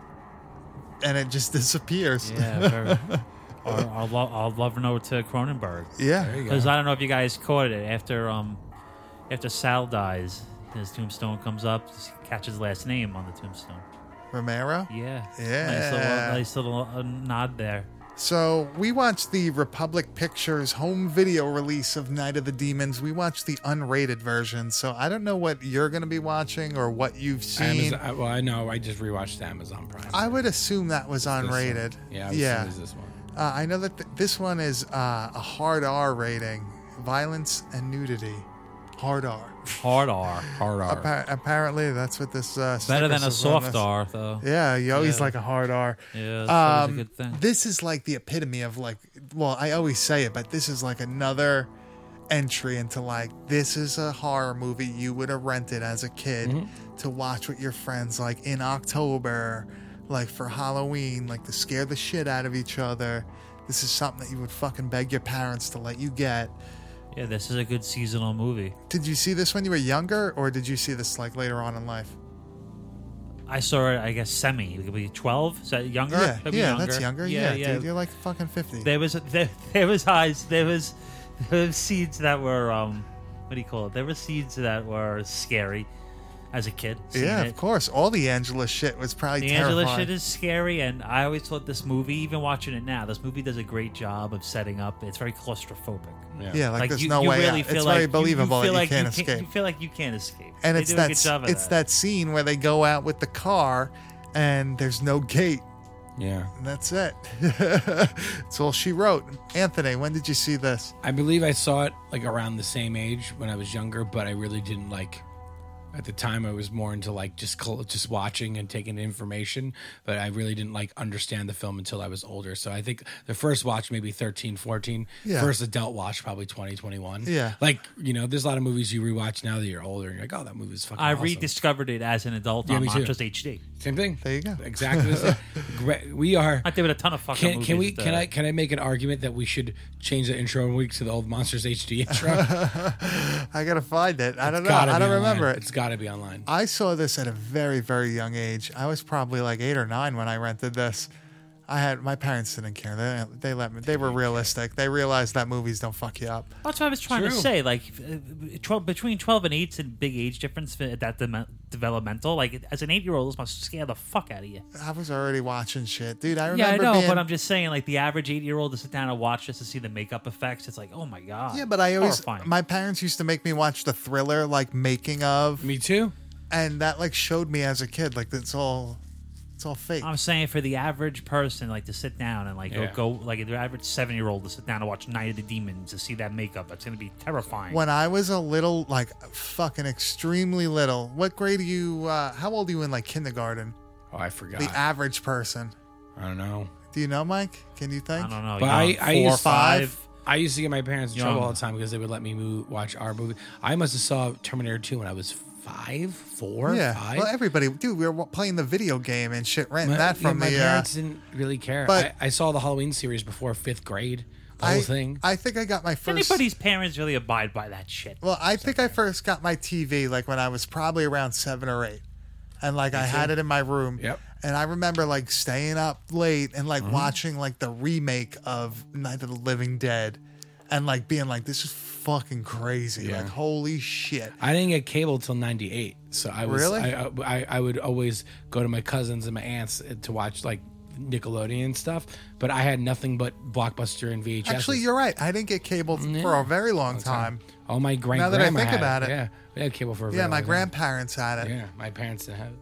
B: and it just disappears.
D: Yeah. Very, or our, lo- our love note to Cronenberg.
B: Yeah.
D: Because I don't know if you guys caught it after um after Sal dies, his tombstone comes up, he catches his last name on the tombstone.
B: Romero.
D: Yeah,
B: Yeah.
D: Nice little, nice little uh, nod there.
B: So we watched the Republic Pictures home video release of Night of the Demons. We watched the unrated version. So I don't know what you're going to be watching or what you've seen.
C: Amazon, I, well, I know I just rewatched the Amazon Prime.
B: I would assume that was
C: This one.
B: unrated.
C: Yeah, I would
B: Yeah.
C: assume it's this one.
B: Uh, I know that th- this one is uh, a hard R rating violence and nudity. Hard R.
D: Hard R,
C: Hard R.
B: Appa- apparently, that's what this. Uh,
D: better
B: sticker
D: than a
B: says on
D: soft
B: this.
D: R though.
B: Yeah, you always
D: Yeah.
B: like a hard R.
D: Yeah, that's always a
B: Um,
D: good thing.
B: This is like the epitome of like, well, I always say it, but this is like another entry into like, this is a horror movie you would have rented as a kid to watch with your friends, like in October, like for Halloween, like to scare the shit out of each other. This is something that you would fucking beg your parents to let you get.
D: Yeah, this is a good seasonal movie.
B: Did you see this when you were younger, or did you see this like later on in life?
D: I saw it. I guess semi. It could be twelve. Is that younger?
B: Yeah,
D: Could be
B: yeah, that's younger. Yeah, dude, you're like fucking fifty.
D: There was there, there was eyes. There was there was seeds that were um what do you call it? There were seeds that were scary as a kid. seeing
B: Yeah,
D: it.
B: of course. All the Angela shit was probably
D: The
B: terrifying.
D: Angela shit is scary, and I always thought this movie, even watching it now, this movie does a great job of setting up. It's very claustrophobic.
B: yeah, like, there's
D: you,
B: no
D: you
B: way
D: really
B: out.
D: feel
B: It's
D: like
B: very
D: you-
B: believable that
D: You, feel
B: you
D: like
B: can't
D: can't-
B: escape.
D: You feel like you can't escape,
B: and
D: They
B: it's
D: do a
B: that
D: good
B: s-
D: job of
B: it's that. scene where they go out with the car, and there's no gate,
C: Yeah.
B: and that's it. that's all she wrote. Anthony, when did you see this?
C: I believe I saw it like around the same age when I was younger, but I really didn't like. At the time, I was more into like just col- just watching and taking information, but I really didn't like understand the film until I was older. So I think the first watch maybe 13, 14.
B: Yeah.
C: First adult watch probably 20, 21.
B: Yeah.
C: Like, you know, there's a lot of movies you rewatch now that you're older and you're like, oh, that movie's fucking
D: I
C: awesome.
D: rediscovered it as an adult
C: Yeah,
D: on
C: me too.
D: Montrose HD.
C: Same thing.
B: There you go.
C: Exactly the same. Gre- we are.
D: I did a ton of fucking
C: Can,
D: movies.
C: can we?
D: with, uh,
C: Can I? Can I make an argument that we should change the intro week to the old Monsters HD intro?
B: I gotta find it. I don't know.
C: Gotta
B: I
C: be
B: don't remember
C: online.
B: it.
C: It's got to be online.
B: I saw this at a very, very young age. I was probably like eight or nine when I rented this. I had my parents didn't care. They they let me. They were realistic. They realized that movies don't fuck you up.
D: That's what I was trying to
C: True.
D: say. Like, uh, twelve between twelve and eight's a big age difference at that dem- developmental. Like, as an eight-year-old, this must scare the fuck out of you.
B: I was already watching shit, dude. I
D: Yeah, I
B: remember.
D: know,
B: being,
D: but I'm just saying, like, the average eight-year-old to sit down and watch just to see the makeup effects, it's like, oh my god.
B: Yeah, but I always
D: Horrifying.
B: my parents used to make me watch the thriller like making of,
C: Me too.
B: and that like showed me as a kid like it's all it's all fake.
D: I'm saying for the average person, like to sit down and like
C: Yeah.
D: go, go, like the average seven-year-old to sit down and watch Night of the Demons to see that makeup, that's gonna be terrifying.
B: when I was a little, like fucking extremely little, what grade are you? Uh, how old are you in like kindergarten?
C: Oh, I forgot.
B: The average person.
C: I don't know.
B: Do you know, Mike? Can you think?
D: I don't know,
C: But I-
D: young,
C: I
D: four,
C: used-
D: five.
C: I used to get my parents in
D: Young.
C: trouble all the time because they would let me move, watch our movie. I must have saw Terminator 2 when I was five, four,
B: Yeah.
C: five.
B: Well, everybody, dude, we were playing the video game and shit. Rent
C: my,
B: that
C: yeah,
B: from
C: my
B: the. uh,
C: parents didn't really care.
B: but-
C: I, I saw the Halloween series before fifth grade. The whole
B: I,
C: thing.
B: I think I got my first.
D: Anybody's parents really abide by that shit.
B: Well, I think I first got my TV like when I was probably around seven or eight, and like I had it in my room.
C: Yep. Mm-hmm.
B: And I remember like staying up late and like watching like the remake of Night of the Living Dead, and like being like, "This is fucking crazy! Like, holy shit!"
C: I didn't get cable till '98, so I was
B: Really?
C: I, I I would always go to my cousins and my aunts eh, to watch like Nickelodeon stuff, but I had nothing but Blockbuster and VHS.
B: Actually, you're right. I didn't get cable for a very long time.
C: all Oh, my grand.
B: Now that I
C: grandma
B: think
C: had
B: about it.
C: yeah, we had cable for a
B: Yeah,
C: very
B: my
C: long time.
B: grandparents had it.
C: Yeah, my parents didn't have it.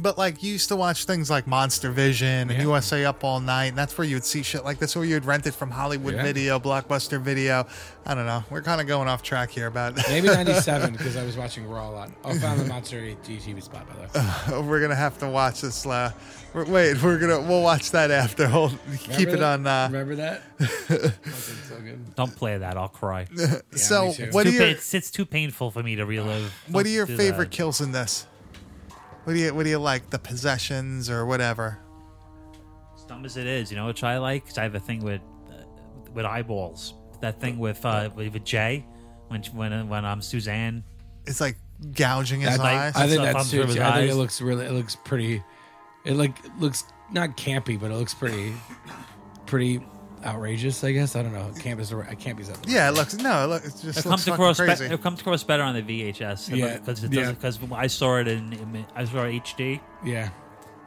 B: But like you used to watch things like Monster Vision and
C: Yeah.
B: USA Up All Night, and that's where you would see shit like this, or you'd rent it from Hollywood
C: Yeah.
B: Video, Blockbuster Video. I don't know. We're kind of going off track here, but
C: Maybe '97 because I was watching Raw a lot. I found the Monster TV spot by the way.
B: we're gonna have to watch this. Uh, we're- wait, we're gonna we'll watch that after. Hold, keep it
C: Remember that?
B: on. Uh,
C: Remember that? Fucking so good.
D: Don't play that; I'll cry.
B: so
C: me too.
B: what are
D: Too pa-
B: your
D: it's, it's too painful for me to relive.
B: what are
D: Don't
B: your
D: do
B: favorite
D: that.
B: kills in this? What do you what do you like? The possessions or whatever.
D: As dumb as it is, you know, which I like 'Cause I have a thing with uh, with eyeballs. That thing with uh, with with Jay when she- when when um Suzanne.
B: It's like gouging his
C: That-
B: eyes.
C: I think
D: Stuff
C: that's
D: on
C: true.
D: through
C: too.
D: his
C: I think it
D: eyes.
C: looks really. It looks pretty. It like looks not campy, but it looks pretty, pretty outrageous. I guess I don't know. Camp is the right- campy's up.
B: yeah, it looks no, it, looks, it just
D: It
B: looks
D: comes
B: fucking
D: across
B: crazy.
D: be- it comes across better on the VHS.
C: Yeah,
D: because it
C: yeah.
D: doesn't because I saw it in, in I saw it HD.
C: yeah.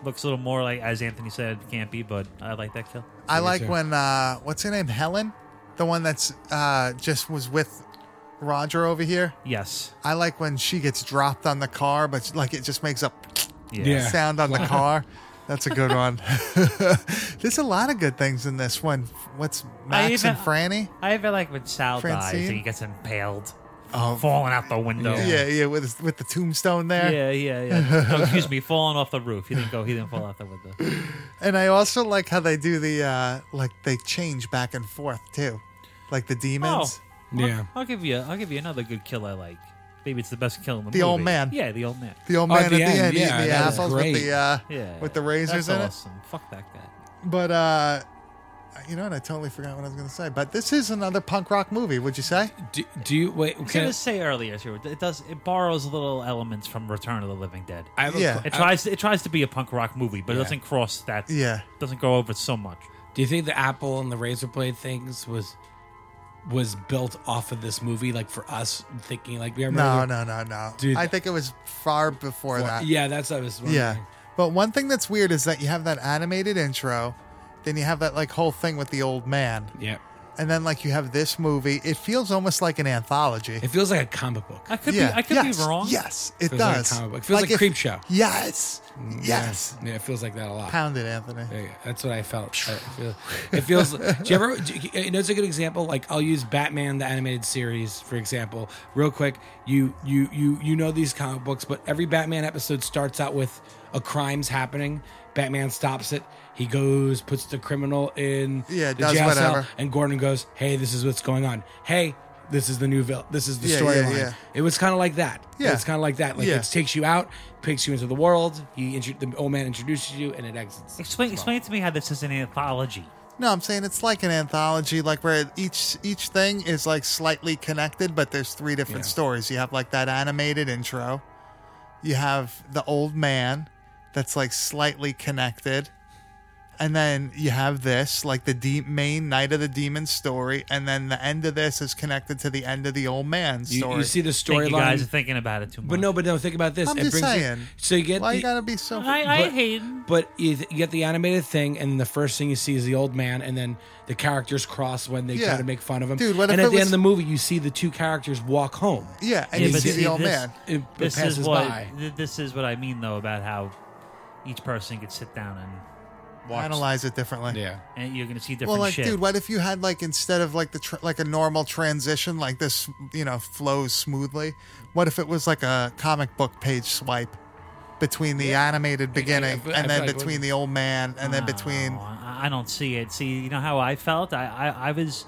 D: Looks a little more like as Anthony said campy, but I like that kill.
B: I like
C: too.
B: when uh what's her name? Helen? The one that's uh just was with Roger over here.
D: Yes.
B: I like when she gets dropped on the car, but like it just makes a
D: Yeah.
C: Yeah.
B: sound on the car. That's a good one. There's a lot of good things in this one. What's Max
D: even-
B: and Franny?
D: I even like when Sal dies
B: Francine?
D: and he gets impaled,
B: Oh.
D: falling out the window.
C: Yeah.
B: Yeah, yeah, with with the tombstone there.
D: Yeah, yeah, yeah. No, excuse me, falling off the roof. He didn't go. He didn't fall off the window.
B: And I also like how they do the uh like they change back and forth too. Like the demons.
D: Oh.
C: Yeah.
D: I'll give you. I'll give you another good kill. I like. Maybe it's the best kill in the,
B: The old
D: movie.
B: man.
D: Yeah, the old man.
B: The old
C: Oh,
B: man at the end,
C: yeah,
B: eating the
C: that was
B: apples with
C: great.
B: the uh
D: Yeah,
B: with the razors
D: That's
B: in it.
D: awesome. Fuck that guy.
B: But uh you know what? I totally forgot what I was going to say. But this is another punk rock movie. Would you say?
C: Do, do you wait?
D: I was
C: Can
D: gonna
C: I,
D: say earlier too. It does. It borrows little elements from Return of the Living Dead.
C: I have a-
B: Yeah.
D: It
C: I-
D: tries. It tries to be a punk rock movie, but it doesn't cross that.
B: Yeah.
D: Doesn't go over so much.
C: do you think the apple and the razor blade things was was built off of this movie? Like for us thinking, like we remember.
B: No, no, no, no.
C: Dude.
B: I think it was far before that.
C: Yeah, that's what I was. Wondering.
B: Yeah. But one thing that's weird is that you have that animated intro, then you have that like whole thing with the old man,
C: Yeah.
B: and then like you have this movie. It feels almost like an anthology.
C: It feels like a comic book.
D: I could
B: yeah.
D: be. I could
B: yes,
D: be wrong.
B: Yes, it
C: Feels like a
B: does.
C: comic book. Feels like Mm, Creepshow.
B: Yes. Yes.
C: Yeah. Yeah, it feels like that a lot.
B: Pound it, Anthony.
C: There you go. That's what I felt. I feel- it feels. do you ever? Do you, you know, it's a good example. Like I'll use Batman the animated series for example, real quick. You you you you know these comic books, but every Batman episode starts out with a crime's happening. Batman stops it. He goes, puts the criminal in
B: Yeah,
C: the
B: does
C: jail
B: whatever.
C: cell, and Gordon goes, "Hey, this is what's going on. Hey, this is the new vil- this is the
B: Yeah, yeah,
C: storyline.
B: yeah.
C: It was kind of like that.
B: Yeah.
C: it's kind of like that. Like
B: Yeah.
C: it takes you out, takes you into the world. He intro- the old man introduces you, and it exits.
D: Explain, explain to me how this is an anthology.
B: No, I'm saying it's like an anthology, like where each each thing is like slightly connected, but there's three different
C: Yeah.
B: stories. You have like that animated intro, you have the old man that's like slightly connected, and then you have this like the de- main night of the demon story, and then the end of this is connected to the end of the old man
C: You,
B: story.
C: you see the
D: Think you guys are
C: storyline,
D: thinking about it too much.
C: but no, but no. Think about this.
B: I'm
C: it
B: just
C: brings you-
B: saying.
C: so you get
B: Why
C: the,
B: you gotta be so?
D: I, I
C: but-
D: hate.
C: But you, th- you get the animated thing, and the first thing you see is the old man, and then the characters cross when they
B: Yeah.
C: try to make fun of him.
B: Dude, what
C: and
B: if
C: at
B: it
C: the end
B: was-
C: of the movie, you see the two characters walk home.
B: yeah, and
D: Yeah,
B: you
D: but
B: see
D: see,
B: the old
D: this-
B: man.
C: It, it
D: This
C: passes
D: is what.
C: by.
D: th- This is what I mean though about how each person could sit down and
B: Analyze it differently.
C: Yeah.
D: and you're gonna see different
B: Well, like,
D: shit.
B: dude, what if you had like instead of like the tr- like a normal transition, like this, you know, flows smoothly? What if it was like a comic book page swipe between the animated beginning
C: I- I- I
B: and
C: feel
B: then
C: like
B: between
C: what-
B: the old man and then
D: No,
B: between?
D: I I don't see it. See, you know how I felt. I, I, I was,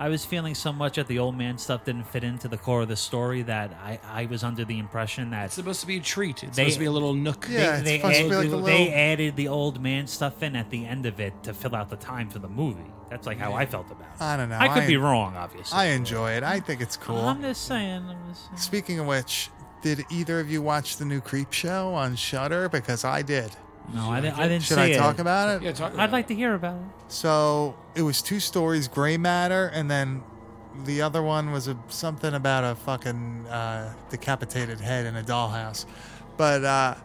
D: I was feeling so much that the old man stuff didn't fit into the core of the story that I, I was under the impression that
C: It's supposed to be a treat. It's
D: They-
C: supposed to be a little nook.
B: Yeah, it's
D: they,
B: supposed to
D: add-
B: be like a
D: they
B: little-
D: added the old man stuff in at the end of it to fill out the time for the movie. That's like how I felt about it.
B: I don't know.
D: I could
B: I-
D: be wrong, obviously.
B: I enjoy it. I think it's cool.
D: I'm just saying. I'm just saying.
B: Speaking of which, did either of you watch the new Creep Show on Shudder? Because I did.
D: No, I, didn't. I didn't
B: Should
D: see
B: I talk
D: it.
B: about it?
C: Yeah, talk about
D: I'd like to hear about it.
B: So it was two stories, gray matter, and then the other one was a, something about a fucking uh, decapitated head in a dollhouse. But uh,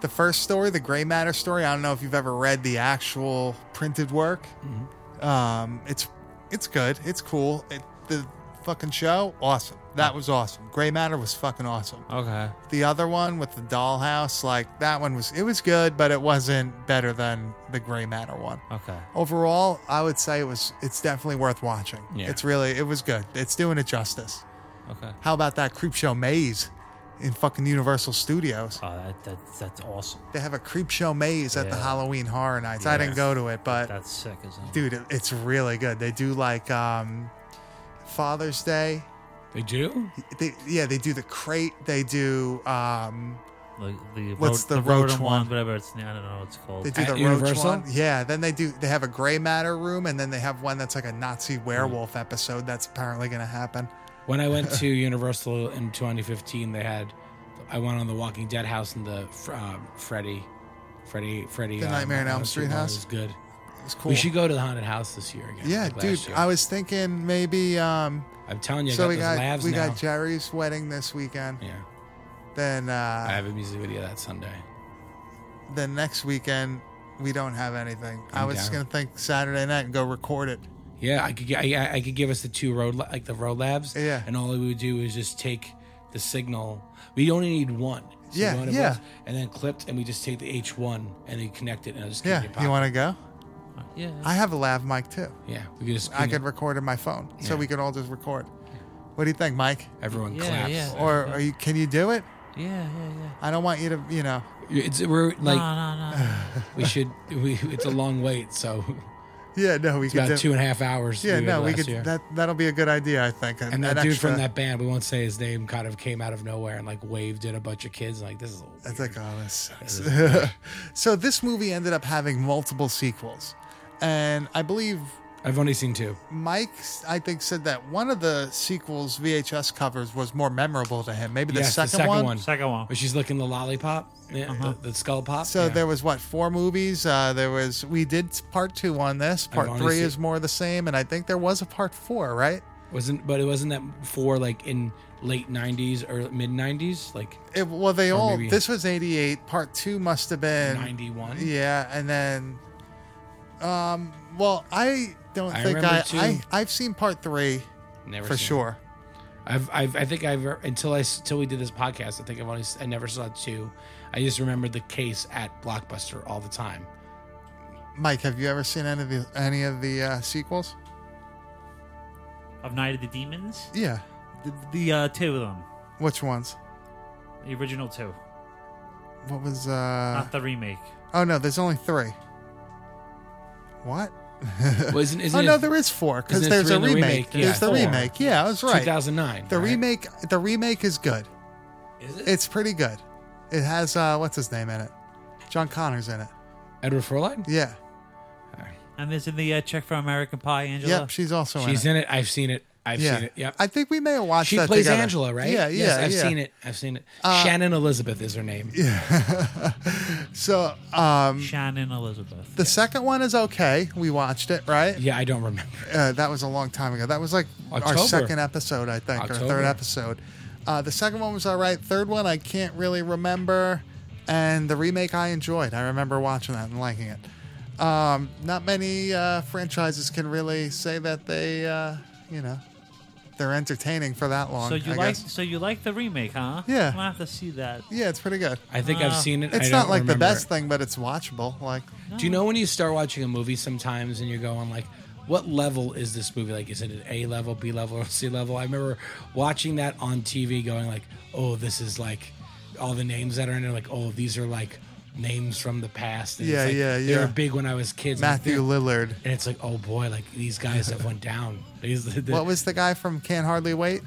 B: the first story, the gray matter story, I don't know if you've ever read the actual printed work. Um, it's it's good. It's cool. It, the fucking show, awesome. That was awesome. Gray matter was fucking awesome.
C: Oh.
D: Okay.
B: The other one with the dollhouse, like that one was it was good, but it wasn't better than the gray matter one
D: Okay.
B: overall i would say it was it's definitely worth watching
C: Yeah.
B: it's really it was good it's doing it justice
D: Okay.
B: how about that creep show maze in fucking universal studios
D: Oh, that, that that's awesome.
B: they have a creep show maze at the
D: Yeah.
B: halloween horror nights i didn't
D: Yes.
B: go to it but
D: That's sick, isn't it?
B: dude it, it's really good they do like um father's day
C: They do?
B: they, yeah they do the crate they do um
D: Like the
B: What's
D: road,
B: the
D: road
B: roach
D: and
B: one?
D: one, whatever it's I don't know what it's called.
B: they do
C: At
B: the roach
C: Universal?
B: one yeah then they do they have a gray matter room and then they have one that's like a nazi
C: Hmm.
B: werewolf episode that's apparently gonna happen
C: When I went to Universal in 2015, they had. I went on the Walking Dead house and the uh, Freddy. Freddy, Freddy.
B: The
C: uh,
B: Nightmare on Elm Street
C: one. It
B: house?
C: was good.
B: it's cool
C: We should go to the haunted house this year again.
B: Yeah,
C: like last
B: dude.
C: year.
B: I was thinking maybe. Um,
C: I'm telling you, I
B: so
C: got
B: we
C: those
B: got
C: labs
B: we
C: now.
B: got Uh, Jerry's wedding this weekend.
C: yeah,
B: Then
C: I
B: uh,
C: have a music video that Sunday.
B: then next weekend we don't have anything. i
C: I'm
B: was just
C: down.
B: gonna think Saturday night and go record it.
C: Yeah, I could get, I, I could give us the two road la- like the road labs.
B: Yeah.
C: and all we would do is just take the signal. We only need one. So
B: Yeah,
C: we only have
B: yeah.
C: one, and then clipped, and we just take the H one and then connect it, and I'll just
B: Yeah,
C: keep it
B: you
C: pop-
B: want to go?
D: yeah.
B: I have a lav mic too.
C: Yeah, we could just
B: I could record in my phone, so
C: Yeah.
B: we could all just record. What do you think, Mike?
C: everyone
D: Yeah,
C: claps.
D: yeah.
B: Or are you? Can you do it?
D: yeah, yeah, yeah.
B: I don't want you to. You know.
C: It's we're like
D: no, no, no.
C: we should. We it's a long wait, so
B: Yeah, no, we
C: it's
B: could
C: about
B: do.
C: two and a half hours.
B: yeah,
C: did
B: no, we
C: last
B: could.
C: year.
B: That that'll be a good idea, I think.
C: and that dude from that band, we won't say his name, kind of came out of nowhere and like waved at a bunch of kids. Like this is a
B: It's like, oh, this sucks. so this movie ended up having multiple sequels. And I believe
C: I've only seen two.
B: Mike, I think, said that one of the sequels VHS covers was more memorable to him. Maybe the,
C: Yes,
B: second,
C: the second
B: one.
C: one.
D: Second one.
C: Where she's licking the lollipop, yeah, the, the skull pop.
B: So
C: yeah.
B: there was what four movies? Uh, there was we did part two on this. Part
C: only
B: three
C: seen-
B: is more the same, and I think there was a part four, right?
C: wasn't, but it wasn't that for like in late '90s or mid '90s, like
B: It, well, they
C: Or
B: all.
C: maybe-
B: This was eighty eight. Part two must have been
C: '91.
B: Yeah, and then, um, well, I don't
C: I
B: think
C: remember
B: I,
C: too.
B: I I've seen part three
C: Never
B: for
C: seen it.
B: sure.
C: I've, I've, I think I've until I until we did this podcast. I think I've only s- I never saw two. I just remembered the case at Blockbuster all the time.
B: Mike, have you ever seen any of the any of the uh, sequels?
D: Of Night of the Demons?
B: Yeah,
D: The, the uh, two of them.
B: which ones?
D: The original two.
B: What was?
D: Not
B: uh
D: the remake.
B: Oh no, there's only three. What?
C: Well, isn't, isn't
B: Oh
C: it
B: no, there is four because
C: isn't it
B: there's
C: three
B: a
C: in the remake?
B: remake.
C: Yeah,
B: There's the
C: four.
B: remake. Yeah, I was right.
C: 2009?
B: The
C: right?
B: remake. The remake is good.
C: Is it?
B: It's pretty good. It has uh, what's his name in it? John Connor's in it.
C: Edward Furlong.
B: Yeah.
D: And there's in the uh, Check for American Pie, Angela.
B: Yep. She's also in
C: She's
B: it.
C: in it. I've seen it. I've
B: yeah.
C: seen it. Yep.
B: I think we may have watched
C: she
B: that
C: plays
B: together.
C: Angela, right?
B: Yeah. Yeah.
C: Yes, I've
B: yeah. Uh,
C: seen it. I've seen it. Shannon Elizabeth is her name.
B: So um,
D: Shannon Elizabeth.
B: the second one is okay. We watched it, right?
C: Yeah, I don't remember.
B: uh, that was a long time ago. That was like our
C: October.
B: second episode, I think, or
C: October.
B: third episode. Uh, the second one was all right. Third one, I can't really remember. And the remake, I enjoyed. I remember watching that and liking it. Um, not many uh, franchises can really say that they, uh, you know, they're entertaining for that long.
D: So you
B: I
D: like
B: guess.
D: so you like the remake, huh?
B: Yeah.
D: I'm gonna have to see that.
B: Yeah, it's pretty good.
C: I think I've seen it.
B: Uh,
C: I
B: It's
C: don't
B: not like the
C: remember
B: best
C: it.
B: thing, but it's watchable. Like,
C: Do you know when you start watching a movie sometimes and you're going like, what level is this movie? Like, is it an A level, B level, or C level? I remember watching that on TV, going like, oh, this is like all the names that are in it. Like, oh, these are like names from the past. And it's
B: Yeah,
C: like,
B: yeah,
C: They
B: yeah.
C: were big when I was kids.
B: Matthew Lillard.
C: And it's like, oh boy, like these guys have went down. These, the,
B: What was the guy from Can't Hardly Wait?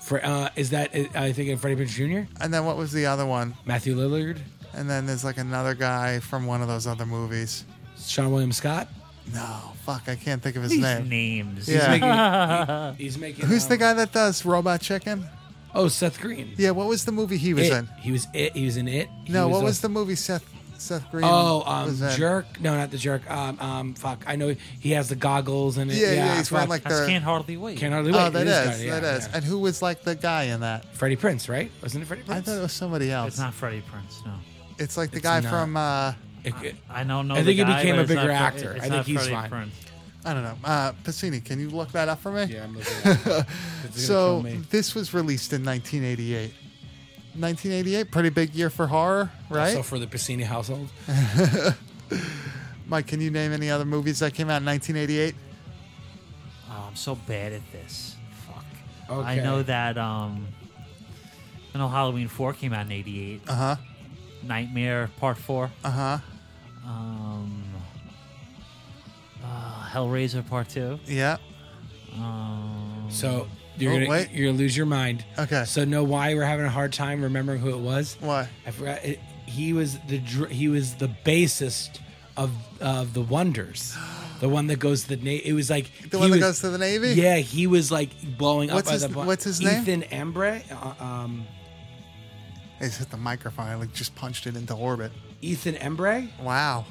C: for, uh, is that? I think Freddie Prinze Jr.,
B: And then what was the other one?
C: Matthew Lillard,
B: And then there's like another guy from one of those other movies.
C: Sean William Scott.
B: No, fuck, I can't think of his
D: These
B: name.
D: names.
B: Yeah.
C: Making, he- he's making.
B: Who's the
C: um,
B: guy that does Robot Chicken?
C: Oh, Seth Green.
B: Yeah, what was the movie he was
C: It.
B: in?
C: He was it. He was in it. He
B: No, what was
C: a-
B: the movie Seth Seth Green?
C: Oh, um,
B: was in?
C: jerk! No, not the jerk. Um, um, fuck! I know he has the goggles and it.
B: Yeah, yeah, he's
C: fuck.
B: wearing like
D: I just can't
B: the.
D: hardly wait.
C: Can't hardly wait.
B: Oh, that
C: It
B: is,
C: guy, yeah,
B: that is.
C: yeah.
B: And who was like the guy in that?
C: Freddie Prince, right? Wasn't it Freddie
B: I
C: Prince?
B: thought it was somebody else.
D: it's not Freddie Prince. No,
B: It's like the
C: It's
B: guy
C: not.
B: from uh,
C: It- it-
D: I don't know.
C: I
D: the
C: think he
D: guy,
C: became
D: but
C: a
D: it's not
C: bigger
D: Fre-
C: actor.
D: it's
C: I think
D: not
C: he's
D: Freddie
C: fine.
D: Prince.
B: I don't know uh, Pacini. Can you look that up for me?
C: yeah, I'm looking. At it. It's
B: So
C: gonna kill me.
B: this was released in 1988. 1988, pretty big year for horror, right?
C: So for the Piscini household,
B: Mike, can you name any other movies that came out in 1988?
D: Oh, I'm so bad at this. Fuck. I
C: Okay.
D: know that. Um, I know Halloween Four came out in '88.
B: Uh huh.
D: Nightmare Part Four.
B: Uh huh.
D: Um, uh, Hellraiser Part Two.
B: Yeah.
D: Um,
C: so you're
B: Oh,
C: gonna
B: wait.
C: you're gonna lose your mind.
B: Okay.
C: So know why we're having a hard time remembering who it was?
B: Why?
C: I forgot. It, he was the dr- he was the bassist of of the Wonders, the one that goes to the Navy. It was like
B: The
C: he
B: one that
C: was-
B: goes to the Navy?
C: Yeah, he was like blowing
B: What's
C: up.
B: his-
C: by the,
B: what's his name?
C: Ethan Embry. uh, um,
B: I just hit the microphone. I like just punched it into orbit.
C: Ethan Embry.
B: Wow.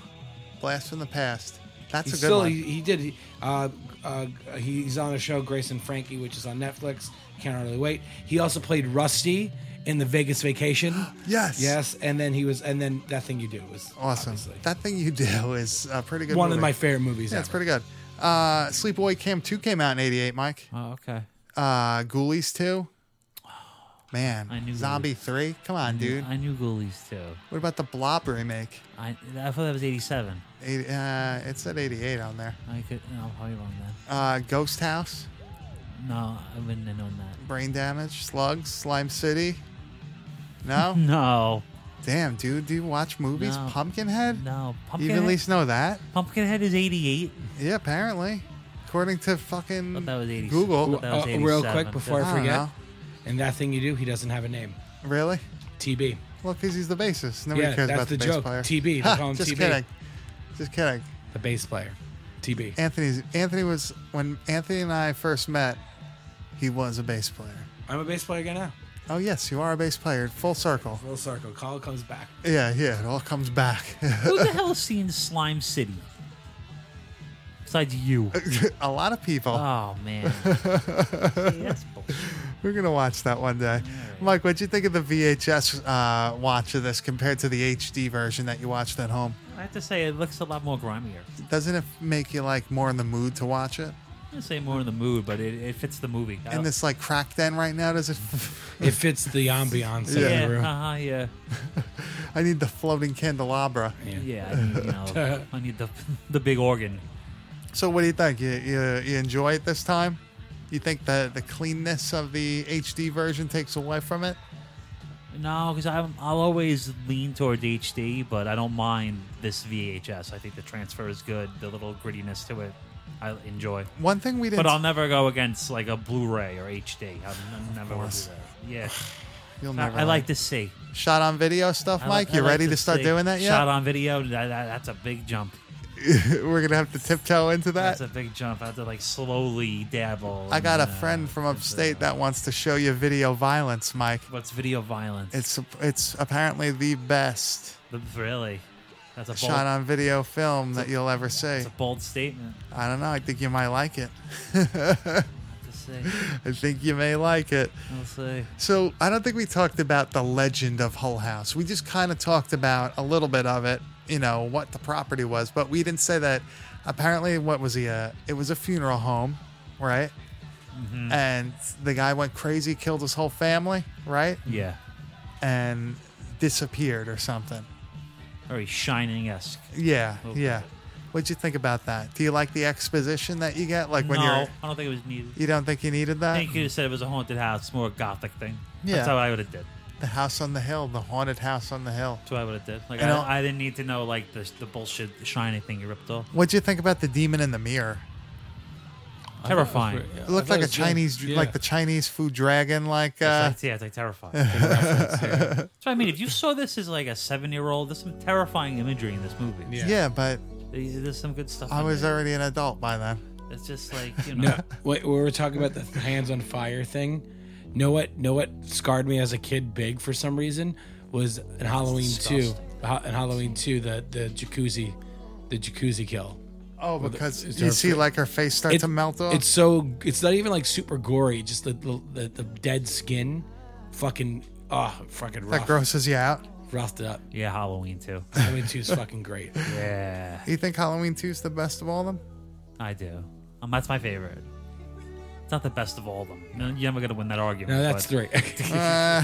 B: Blast from the past. That's
C: He's
B: a good
C: still
B: one.
C: he, he did. Uh, uh, he's on a show Grace and Frankie, which is on Netflix. Can't really wait. He also played Rusty in the Vegas Vacation.
B: Yes.
C: Yes, and then he was, and then that thing you do was
B: awesome.
C: obviously.
B: That thing you do is a pretty good.
C: one of
B: movie.
C: my favorite movies.
B: Yeah, it's
C: ever.
B: pretty good. Uh, Sleepaway Camp two came out in '88, Mike.
D: oh, okay.
B: Uh, Ghoulies two. Man,
D: I knew
B: Zombie
D: Ghoulies.
B: three. Come on, dude.
D: I knew Ghoulies too.
B: What about the Blob remake?
D: I, I thought that was '87.
B: Eight, uh, it said '88 on there.
D: I could. No, I'm probably wrong then.
B: Uh, Ghost House,
D: No, I wouldn't have known that.
B: Brain Damage, Slugs, Slime City. No.
D: No,
B: Damn, dude, do you watch movies?
D: No.
B: Pumpkinhead?
D: no.
B: You at
D: Pumpkinhead,
B: least know that?
D: Pumpkinhead is '88.
B: Yeah, apparently. According to fucking
D: Thought that was 86.
B: Google.
D: Thought that was
C: Uh, real
D: 87,
C: quick before
B: I
C: I
B: don't
C: forget,
B: know.
C: and that thing you do, he doesn't have a name.
B: Really?
C: TB.
B: Well, because he's the bassist. Nobody
C: Yeah,
B: cares
C: that's
B: about
C: the
B: the, bass
C: joke.
B: player.
C: TB, they
B: Ha,
C: call him
B: just
C: TB.
B: kidding. Just kidding.
C: the bass player, TB.
B: Anthony's Anthony was when Anthony and I first met, he was a bass player.
C: I'm a bass player again now.
B: Oh yes, you are a bass player. Full circle.
C: Full circle. Call comes back.
B: Yeah, yeah, it all comes back.
D: Who the hell has seen Slime City? Besides you.
B: a lot of people.
D: Oh man. See, that's bullshit.
B: We're gonna watch that one day. Mike, what'd you think of the VHS uh, watch of this compared to the HD version that you watched at home?
D: I have to say it looks a lot more grimier.
B: Doesn't it make you like more in the mood to watch it?
D: I'm gonna say more in the mood, but it, it fits the movie. Oh. I
B: And
D: don't-
B: this like crack den right now, does it?
C: It fits the ambiance
B: Yeah.
C: of the room.
D: yeah, uh-huh, yeah,
B: I need the floating candelabra.
D: yeah. I need, you know, I need the the big organ.
B: So what do you think? You, you, you enjoy it this time? You think the the cleanness of the HD version takes away from it?
D: No, because I'm I'll always lean toward HD, but I don't mind this VHS. I think the transfer is good. The little grittiness to it, I enjoy.
B: One thing we didn't.
D: But I'll never go against like a Blu-ray or HD. I'm, I'm never will do
B: course.
D: that. Yeah,
B: you'll
D: I,
B: never.
D: I like to see.
B: shot on video stuff,
D: I
B: Mike.
D: like- I
B: you
D: like
B: ready to start
D: see.
B: doing that yet?
D: Shot on video. That, that- that's a big jump.
B: We're gonna have to tiptoe into that.
D: That's a big jump. I have to like slowly dabble.
B: I got a
D: and, uh,
B: friend from upstate that wants to show you video violence, Mike.
D: What's video violence?
B: It's it's apparently the best
D: really. That's a bold,
B: shot on video film that you'll ever see.
D: that's a bold statement
B: I don't know. I think you might like it.
D: to say.
B: I think you may like it.
D: I'll say.
B: So I don't think we talked about the legend of Hull House. We just kind of talked about a little bit of it, you know, what the property was, but we didn't say that. Apparently, what was he? Uh, it was a funeral home, right?
D: Mm-hmm.
B: And the guy went crazy, killed his whole family, right?
D: Yeah.
B: And disappeared or something.
D: Very shining esque.
B: Yeah,
D: Okay.
B: yeah. What'd you think about that? Do you like the exposition that you get? Like when
D: no,
B: you're,
D: I don't think it was needed.
B: you don't think you needed
D: I
B: that?
D: think you could have said it was a haunted house, more a gothic thing.
B: Yeah.
D: That's how I would have did.
B: The house on the hill, the haunted house on the hill.
D: That's what I would have did. Like
B: You know-
D: I, I didn't need to know like the the bullshit shiny thing you ripped off.
B: What'd you think about the demon in the mirror?
D: Terrifying.
C: Yeah,
B: It looked
C: I
B: like
C: thought
B: a
C: was good.
B: Chinese,
C: Yeah.
B: like the Chinese food dragon, like uh,
D: It's like, yeah, it's like terrifying. That's what I mean. If you saw this as like a seven year old, there's some terrifying imagery in this movie.
B: uh, yeah.
C: Yeah.
B: But
D: There's there's some good stuff.
B: I
D: in
B: was
D: there.
B: already an adult by then.
D: It's just like you know.
C: No, wait, we were talking about the hands on fire thing. Know what? Know what scarred me as a kid big for some reason was in Halloween two. Ha- In Halloween two, the the jacuzzi, the jacuzzi kill.
B: Oh, because
C: is
B: you
C: there-
B: see, like her face start
C: It-
B: to melt off.
C: It's so. It's not even like super gory. Just the the, the, the dead skin, fucking. Oh, fucking
B: that
C: rough.
B: grosses you out.
C: Roughed it up.
D: Yeah, Halloween too.
C: Halloween two is fucking great.
D: Yeah,
B: You think Halloween Two is the best of all them?
D: I do. Um, that's my favorite. It's not the best of all of them. No, You're never gonna win that argument.
C: No, that's
D: but-
C: three.
B: Uh,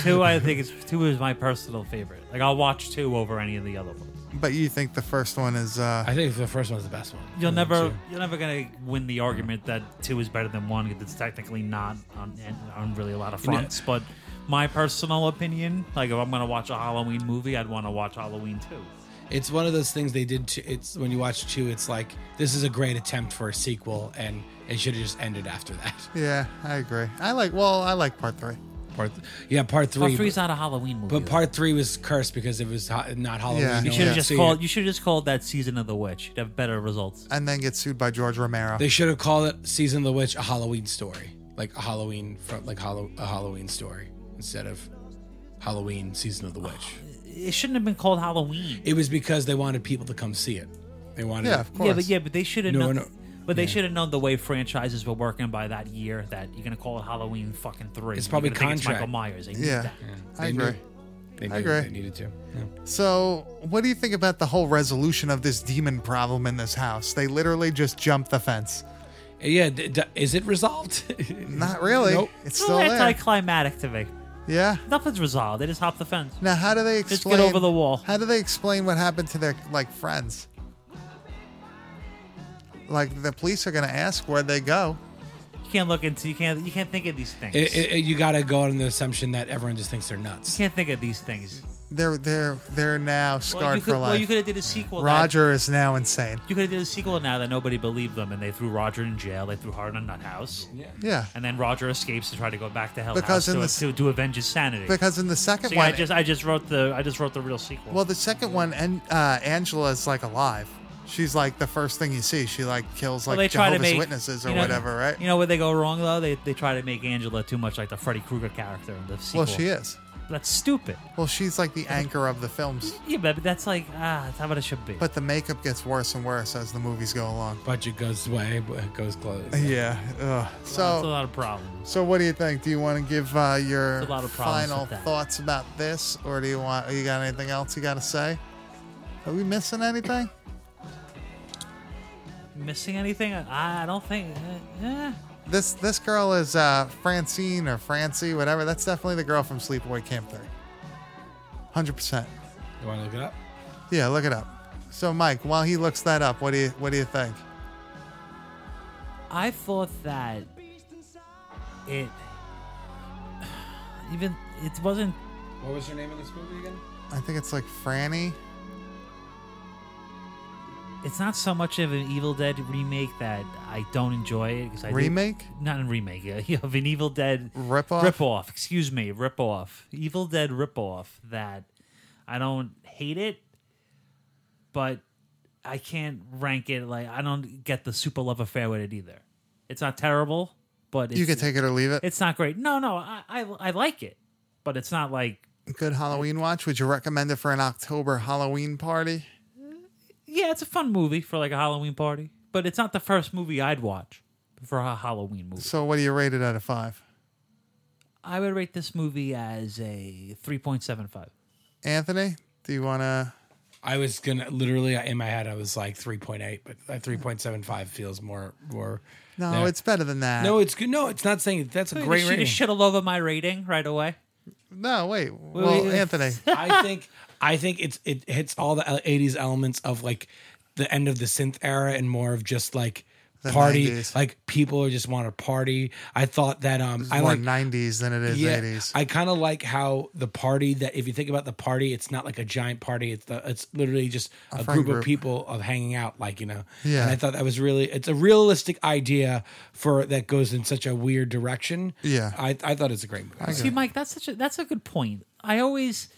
D: Two, I think is two is my personal favorite. Like I'll watch two over any of the other ones.
B: but you think the first one is? Uh,
C: I think the first one's the best one.
D: You're never
C: Two.
D: you're never gonna win the argument that two is better than one. 'cause It's technically not on on really a lot of
C: know-
D: fronts. But my personal opinion, like if I'm gonna watch a Halloween movie, I'd want to watch Halloween two.
C: It's one of those things they did. To, it's when you watch two, it's like this is a great attempt for a sequel, and it should have just ended after that.
B: yeah, I agree. I like. Well, I like Part Three.
C: Part, th- yeah, part three.
D: Part three's not a Halloween movie.
C: but,
D: though.
C: part three was cursed because it was ho- not Halloween.
B: Yeah. You
C: no
D: you
C: one
D: should have
C: could
D: just
C: see
D: called
C: it.
D: you should have just called that season of the witch. You'd have better results.
B: And then get sued by George Romero.
C: They should have called it season of the witch a Halloween story, like a Halloween from like Hallow, a Halloween story instead of Halloween season of the witch.
D: It shouldn't have been called Halloween.
C: It was because they wanted people to come see it. They wanted.
B: yeah, of course.
D: Yeah, but yeah, but they should have
C: No,
D: known.
C: no.
D: But they should have known the way franchises were working by that year that you're gonna call it Halloween fucking three.
C: It's probably
D: You're gonna think it's
C: contract.
D: Michael Myers. They need
B: Yeah,
D: that.
B: I
C: They knew-
B: agree.
C: They knew
B: I agree.
C: They needed to. Yeah.
B: So, what do you think about the whole resolution of this demon problem in this house? They literally just jumped the fence.
C: Yeah, d- d- is it resolved?
B: Not really.
C: Nope.
B: It's
D: It's
B: still there.
D: anticlimactic to me.
B: yeah.
D: Nothing's resolved. They just hop the fence.
B: Now, how do they
D: Just
B: explain?
D: get over the wall.
B: How do they explain what happened to their like friends? Like the police are gonna ask where they go.
D: You can't look into. You can't. You can't think of these things.
C: It, it,
D: you
C: it- you got to go on the assumption that everyone just thinks they're nuts.
D: can't think of these things.
B: They're they're they're now scarred
D: Well, you could,
B: for life.
D: well, you could have did a sequel.
B: Roger is now insane.
D: That, you could have did a sequel now that nobody believed them, and they threw Roger in jail. They threw Hart in a nut house.
B: Yeah,
D: And then Roger escapes to try to go back to Hell
B: Because
D: House
B: in
D: to,
B: the s-
D: to, to avenge his sanity.
B: because in the second
D: So, yeah,
B: one,
D: I just I just wrote the I just wrote the real sequel.
B: well, the second one, and uh, Angela is like alive. She's like the first thing you see. She like kills
D: Well,
B: like
D: they try
B: Jehovah's
D: to make
B: Witnesses or
D: you know-
B: whatever, right?
D: You know where they go wrong though? They they try to make Angela too much like the Freddy Krueger character in the sequel.
B: well, she is.
D: That's stupid.
B: Well, she's like the anchor of the films,
D: Yeah, but but that's like ah, that's how it should be.
B: but the makeup gets worse and worse as the movies go along.
C: Budget goes way, but it goes close.
B: Yeah. Ugh.
D: that's a
B: So,
D: lot of problems.
B: so what do you think? Do you want to give uh, your
D: There's a lot of problems
B: final
D: with that.
B: thoughts about this, or do you want? You got anything else you got to say? Are we missing anything?
D: Missing anything? I, I don't think. eh, eh.
B: This this girl is uh, Francine or Francie, whatever. That's definitely the girl from Sleepaway Camp Three. Hundred percent.
C: You want to look it up?
B: Yeah, look it up. So, Mike, while he looks that up, what do you what do you think?
D: I thought that it even it wasn't
C: What was her name in this movie again?
B: I think it's like Franny.
D: it's not so much of an Evil Dead remake that I don't enjoy it because I do-
B: Remake?
D: not a remake uh, of an Evil Dead
B: Ripoff?
D: ripoff. Excuse me, ripoff. Evil Dead ripoff. That I don't hate it, but I can't rank it. Like I don't get the super love affair with it either. It's not terrible, but it's,
B: You could take it or leave it.
D: It's not great. No, no, I, I I like it, but it's not like
B: Good Halloween watch. Would you recommend it for an October Halloween party?
D: yeah, it's a fun movie for like a Halloween party, but it's not the first movie I'd watch for a Halloween movie.
B: So what do you rate it out of five?
D: I would rate this movie as a 3.75.
B: Anthony, do you want to?
C: I was gonna literally in my head I was like three point eight, but uh, three point seven five feels more more.
B: No,
C: there.
B: it's better than that.
C: no, it's good. No, it's not saying that's a great
D: you
C: rating.
D: should have loved my rating right away.
B: no, wait. Well,
C: wait.
B: Anthony,
C: I think I think it's it hits all the '80s elements of like the end of the synth era and more of just like
B: The
C: party,
B: 90s.
C: like people just want to party. I thought that um, I
B: more
C: like
B: 90s than it is 80s.
C: I kind of like how the party that if you think about the party, it's not like a giant party. It's the, it's literally just a,
B: friend
C: group,
B: group.
C: of people of hanging out, like you know.
B: Yeah.
C: And I thought that was really it's a realistic idea for that goes in such a weird direction.
B: Yeah.
C: I I thought it's a great movie.
D: See, Mike, that's such a that's a good point. I always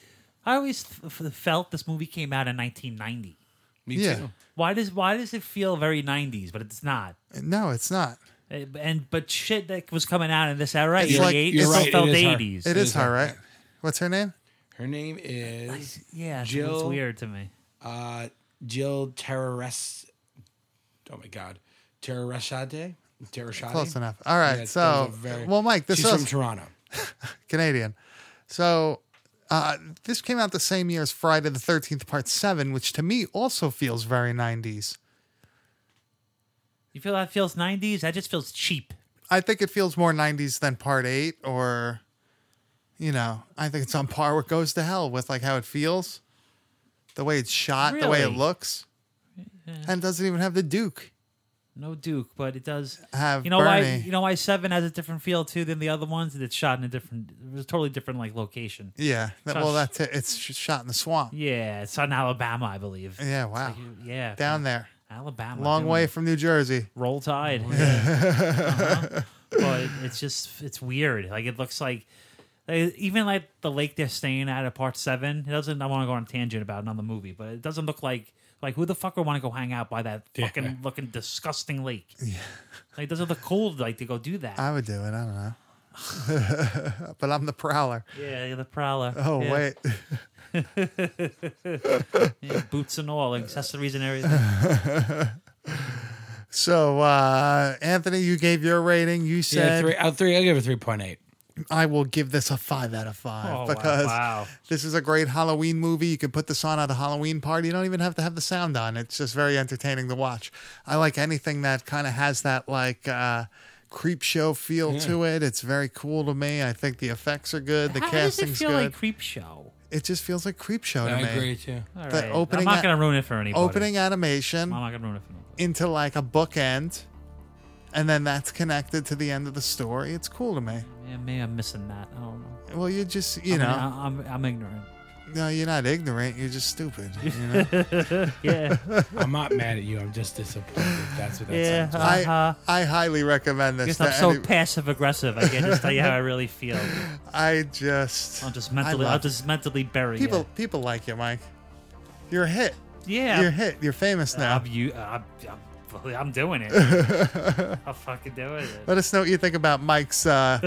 D: I always f- f- felt this movie came out in 1990.
C: Me
B: yeah.
D: Why does why does it feel very 90s, but it's not.
B: No, it's not.
D: Eh, And but shit that was coming out in this era,
B: It's
D: it's
B: like-
D: 88,
B: you're
D: still
B: right, it
D: felt
C: is hard.
D: 80s.
B: It
C: It
B: is
C: is
B: her,
C: her.
B: right? What's her name?
C: Her name is
D: yeah, it's- it's
C: Jill-
D: weird to me.
C: uh, Jill Terrorist. Oh my God, Terrorishade. Terrorishade.
B: Close enough. All right.
C: Yeah,
B: so,
C: those are very-
B: well, Mike, this
C: She's
B: is
C: from Toronto.
B: Canadian. So, uh, this came out the same year as Friday the 13th, part seven, which to me also feels very 90s.
D: You feel that feels 90s? That just feels cheap.
B: I think it feels more 90s than part eight, or, you know, I think it's on par with Goes to Hell with like how it feels, the way it's shot, the way it
D: Really?
B: looks. And it doesn't even have the Duke.
D: No Duke, but it does
B: Have
D: you know why
B: Bernie.
D: you know why Seven has a different feel too than the other ones. It's shot in a different, it was a totally different like location.
B: Yeah. That,
D: So-
B: well, that's it. It's sh- shot in the swamp.
D: Yeah, it's shot in Alabama, I believe.
B: Yeah. Wow.
D: Yeah,
B: Down there.
D: Alabama,
B: Long
D: dude.
B: way from New Jersey.
D: Roll Tide.
B: Oh,
D: Uh-huh. But it's just it's weird. Like it looks like. like, Even like the lake they're staying at at part seven, it doesn't. I want to go on a tangent about another movie, but it doesn't look like like who the fuck would want to go hang out by that fucking looking disgusting lake. Yeah, like it doesn't look cool like to go do that.
B: I would do it. I don't know. but I'm the prowler.
D: yeah, you're the prowler.
B: Oh,
D: Yeah.
B: wait.
D: boots and all, accessories and everything.
B: So, uh, Anthony, you gave your rating. You
C: Yeah,
B: said
C: three out of three. I give it three point eight.
B: I will give this a five out of five
D: Oh, wow.
B: because
D: Wow.
B: this is a great Halloween movie. You can put this on at a Halloween party. You don't even have to have the sound on. It's just very entertaining to watch. I like anything that kind of has that like uh, creep show feel to it. It's very cool to me. I think the effects are good. The
D: How does it
B: casting's
D: feel
B: good.
D: like creep show?
B: it just feels like creep show to
C: I
B: me.
C: agree too.
D: All
B: The
D: right.
B: opening
D: I'm not
B: a-
D: gonna ruin it for anybody.
B: Opening animation.
D: I'm not gonna ruin it for anybody.
B: into like a bookend, and then that's connected to the end of the story. It's cool to me.
D: Yeah, maybe I'm missing that. I don't know.
B: Well, you just you
D: I mean,
B: know,
D: I, am I'm ignorant.
B: no, you're not ignorant. You're just stupid. You know?
D: Yeah,
C: I'm not mad at you. I'm just disappointed. That's what that
D: yeah.
C: sounds like.
D: Uh-huh.
B: I I highly recommend this.
D: Guess
B: to
D: I'm so
B: any-
D: passive aggressive. I can't just tell you how I really feel.
B: I just
D: I'll just
B: I
D: mentally, I'll
B: love-
D: just mentally bury
B: people
D: it.
B: people like you, Mike. You're a hit.
D: Yeah,
B: You're a hit. You're famous now.
D: I'm, you, I'm, I'm, I'm doing it. I'm fucking doing it.
B: Let us know what you think about Mike's uh,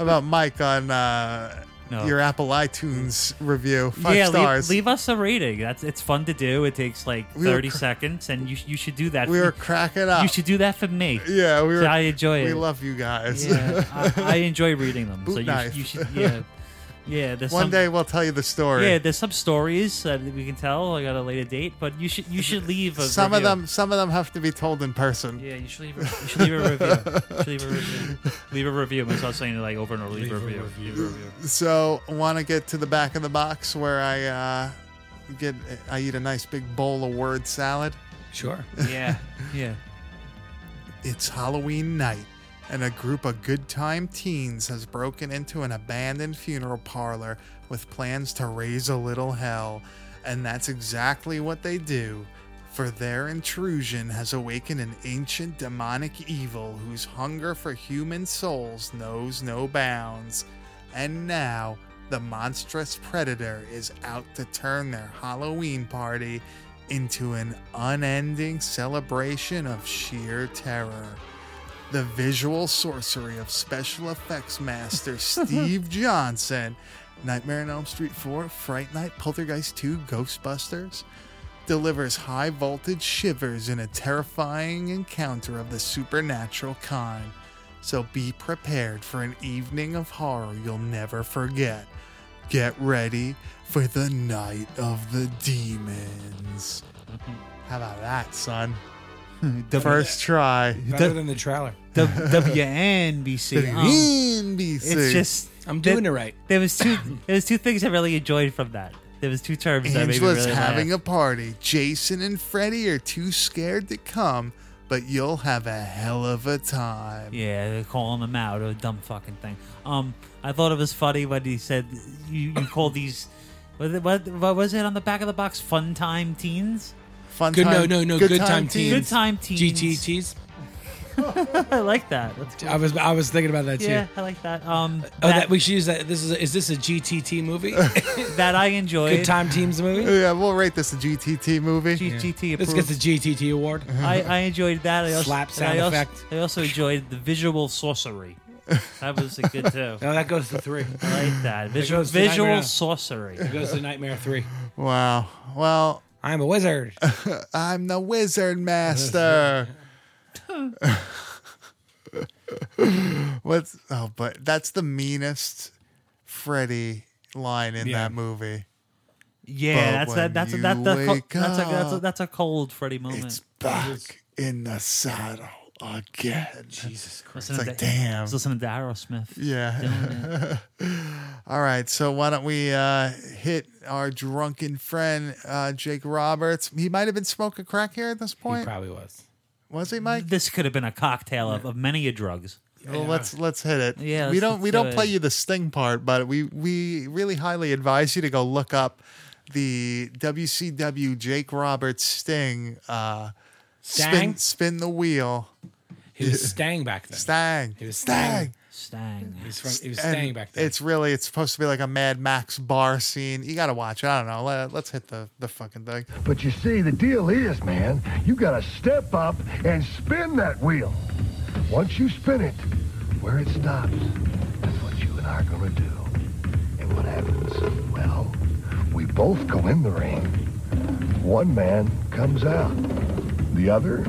B: about Mike on uh,
D: No.
B: your Apple iTunes review. Five
D: yeah, leave-
B: stars.
D: Leave, us a rating. That's it's fun to do. It takes like
B: We were
D: thirty
B: cr-
D: seconds, and you you should do that.
B: we
D: for-
B: were cracking up.
D: You should do that for me.
B: yeah, we
D: So
B: were.
D: I enjoy
B: we
D: it.
B: love you guys.
D: Yeah, I, I enjoy reading them. so
B: Boot
D: you,
B: knife.
D: you should. Yeah, yeah. There's
B: One
D: some,
B: day we'll tell you the story.
D: Yeah, there's some stories that we can tell like at a later date, but you should you should leave a
B: some
D: review.
B: of them, some of them have to be told in person.
D: Yeah, you should leave. A, you should leave a review. You should leave a review. Leave a review. I'm not saying it like over and over. Leave, a review. Leave a review.
B: So, want to get to the back of the box where I uh, get, I eat a nice big bowl of word salad.
C: Sure.
D: Yeah, yeah.
B: It's Halloween night. and a group of good time teens has broken into an abandoned funeral parlor with plans to raise a little hell. And that's exactly what they do, for their intrusion has awakened an ancient demonic evil whose hunger for human souls knows no bounds. And now, the monstrous predator is out to turn their Halloween party into an unending celebration of sheer terror. The visual sorcery of special effects master Steve Johnson, Nightmare on Elm Street 4, Fright Night, Poltergeist 2, Ghostbusters, delivers high voltage shivers in a terrifying encounter of the supernatural kind. So be prepared for an evening of horror you'll never forget. Get ready for the Night of the Demons. How about that, son? First try.
C: Better than the trailer.
K: The WNBC. Um,
B: NBC.
K: it's just
C: I'm doing it right.
D: There was two. there was two things I really enjoyed from that. There was two terms that made me
B: Angela's
D: really
B: having
D: laugh.
B: a party. Jason and Freddy are too scared to come, but you'll have a hell of a time.
D: Yeah, they're calling them out. A dumb fucking thing. Um, I thought it was funny when he said you, you call these. What, what, what was it on the back of the box? Fun time teens.
B: Fun
C: Good-
B: time.
C: no, no, no, good time teens.
D: Good time teens.
C: GTTs.
D: I like that. That's cool.
C: I was I was thinking about that too.
D: Yeah, I like that. Um,
C: Oh, that,
D: that,
C: we should use that. This is a, is this a GTT movie?
D: that I enjoyed.
C: Good Time Teams movie.
B: Oh, Yeah, we'll rate this a GTT movie.
D: GTT
C: This
D: approved.
C: gets the GTT award.
B: Uh-huh.
D: I, I enjoyed that. I also,
C: Slap
D: and
C: sound
D: I also,
C: effect.
D: I also enjoyed the visual sorcery. That was a good too.
C: No, that goes to three. It
D: I like that. Visual,
C: goes to Nightmare
D: visual
C: Alley.
D: sorcery.
C: goes to Nightmare Three.
B: Wow. Well,
C: I'm a wizard.
B: Uh-huh. I'm the wizard master. What's oh, but that's the meanest Freddy line in
C: Yeah.
B: that movie. But
D: Yeah, that's
B: when
D: that. That's a,
B: you
D: that's a,
B: wake
D: that's a, that's a
B: up,
D: that's a cold Freddy moment.
B: It's back in the saddle again.
C: Jesus Christ.
D: Listening
B: like,
D: to-
B: damn.
D: I was listening to Aerosmith.
B: Yeah. All right. So why don't we uh, hit our drunken friend uh, Jake Roberts? He might have been smoking crack here at this
C: He
B: point.
C: probably was.
B: Was he, Mike?
D: This could have been a cocktail of, of many a drugs.
B: Well, let's let's hit it.
D: Yeah,
B: we
D: let's-
B: don't we
D: let's
B: don't
D: do it.
B: play you the sting part, but we we really highly advise you to go look up the WCW Jake Roberts sting. Uh, Spin,
C: Stang?
B: spin the wheel.
C: He was staying back then.
B: Stang.
C: He was Stang.
D: Stang.
C: He was, from, he was
B: And
C: staying back then.
B: It's really it's supposed to be like a Mad Max bar scene. You gotta watch it. I don't know. Let, let's hit the the fucking thing.
A: But you see, the deal is, man, you gotta step up and spin that wheel. Once you spin it, where it stops, that's what you and I are gonna do. And what happens? Well, we both go in the ring. One man comes out. The other?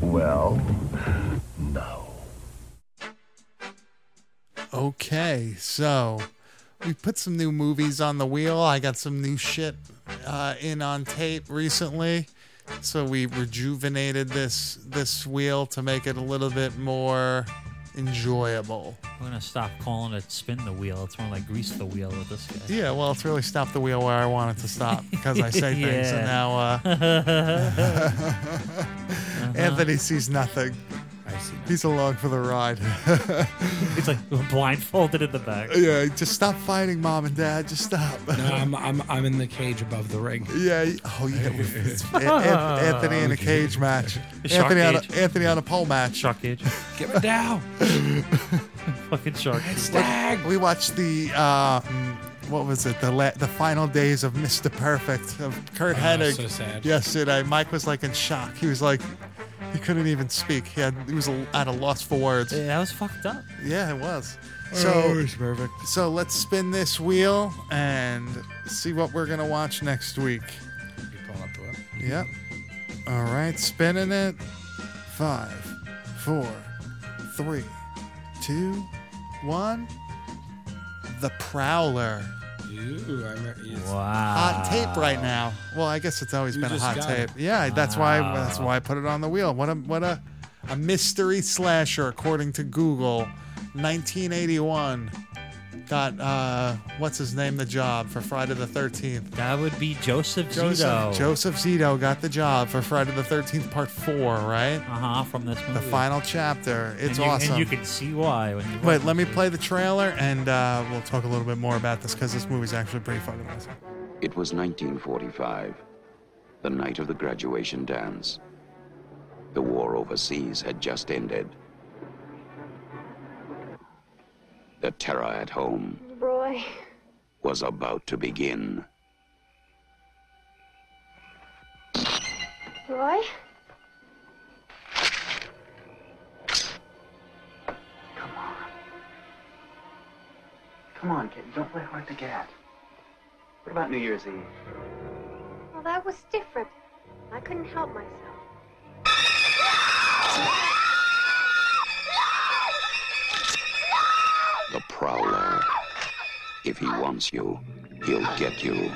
A: well, no.
B: Okay, so we put some new movies on the wheel. I got some new shit uh, in on tape recently, so we rejuvenated this this wheel to make it a little bit more enjoyable.
D: We're gonna stop calling it spin the wheel. It's more like grease the wheel with this guy.
B: Yeah, well, it's really stopped the wheel where I want it to stop because I say things and
D: Yeah.
B: now uh,
C: Uh-huh.
B: Anthony sees nothing.
C: I see. now.
B: He's along for the ride.
D: It's like blindfolded in the back.
B: yeah, just stop fighting, mom and dad. Just stop.
C: No, I'm, I'm, I'm in the cage above the ring.
B: Yeah. y- Oh yeah. we- it's An- An- Anthony in a cage match.
D: Shark
B: Anthony on a,
D: cage.
B: Anthony on a pole match.
D: Shark cage.
C: Get me down.
D: Fucking shark. cage.
C: Stag.
B: We watched the uh, mm, what was it? The la- the final days of Mr. Perfect of Kurt Hennig
C: so sad.
B: yesterday. Mike was like in shock. He was like. He couldn't even speak. He, had, he was a- at a loss for words.
D: Yeah, that was fucked up.
B: Yeah, it was.
C: Oh,
B: So, so let's spin this wheel and see what we're gonna watch next week.
C: You pull up the wheel.
B: Yep. All right, spinning it. Five, four, three, two, one. The Prowler.
C: Ooh, I remember. yes.
D: Wow.
B: Hot tape right now. Well, I guess it's always
C: Ah. You
B: been a
C: just
B: hot
C: got
B: tape.
C: it. Ah.
B: Yeah, that's why that's why I put it on the wheel. What a what a a mystery slasher according to Google. 1981. got uh, what's his name the job for Friday the Thirteenth.
D: That would be Joseph,
B: Joseph
D: Zito.
B: Joseph Zito got the job for Friday the Thirteenth Part Four, right?
D: Uh huh. From this movie.
B: The final chapter. It's
D: and you,
B: awesome.
D: And you can see why when you
B: Wait, let me play the trailer and uh, we'll talk a little bit more about this because this movie's actually pretty fucking awesome.
L: It was 1945, the night of the graduation dance. The war overseas had just ended. The terror at home
M: Roy.
L: was about to begin.
M: Roy?
G: Come on, kid. Don't play hard to get. What about New Year's Eve?
M: Well, that was different. I couldn't help myself.
L: The Prowler. If he wants you, he'll get you.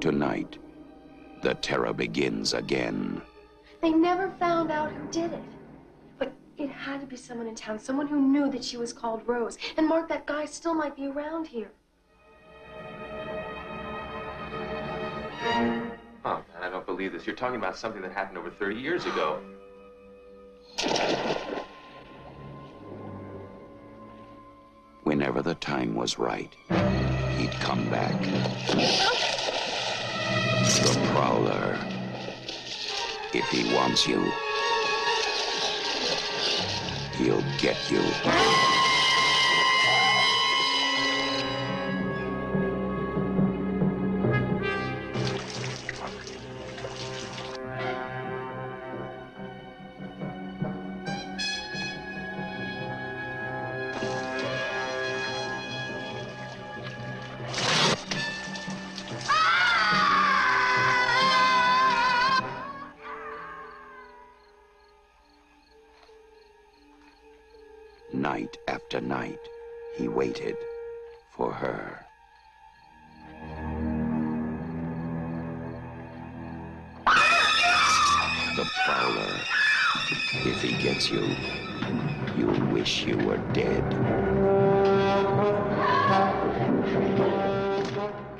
L: Tonight, the terror begins again.
N: They never found out who did it. But it had to be someone in town, someone who knew that she was called Rose. And Mark, that guy still might be around here.
G: Oh, man, I don't believe this. You're talking about something that happened over 30 years ago.
L: Whenever the time was right, he'd come back. The Prowler. If he wants you, he'll get you. Night after night, he waited for her. The Prowler. If he gets you, you'll wish you were dead.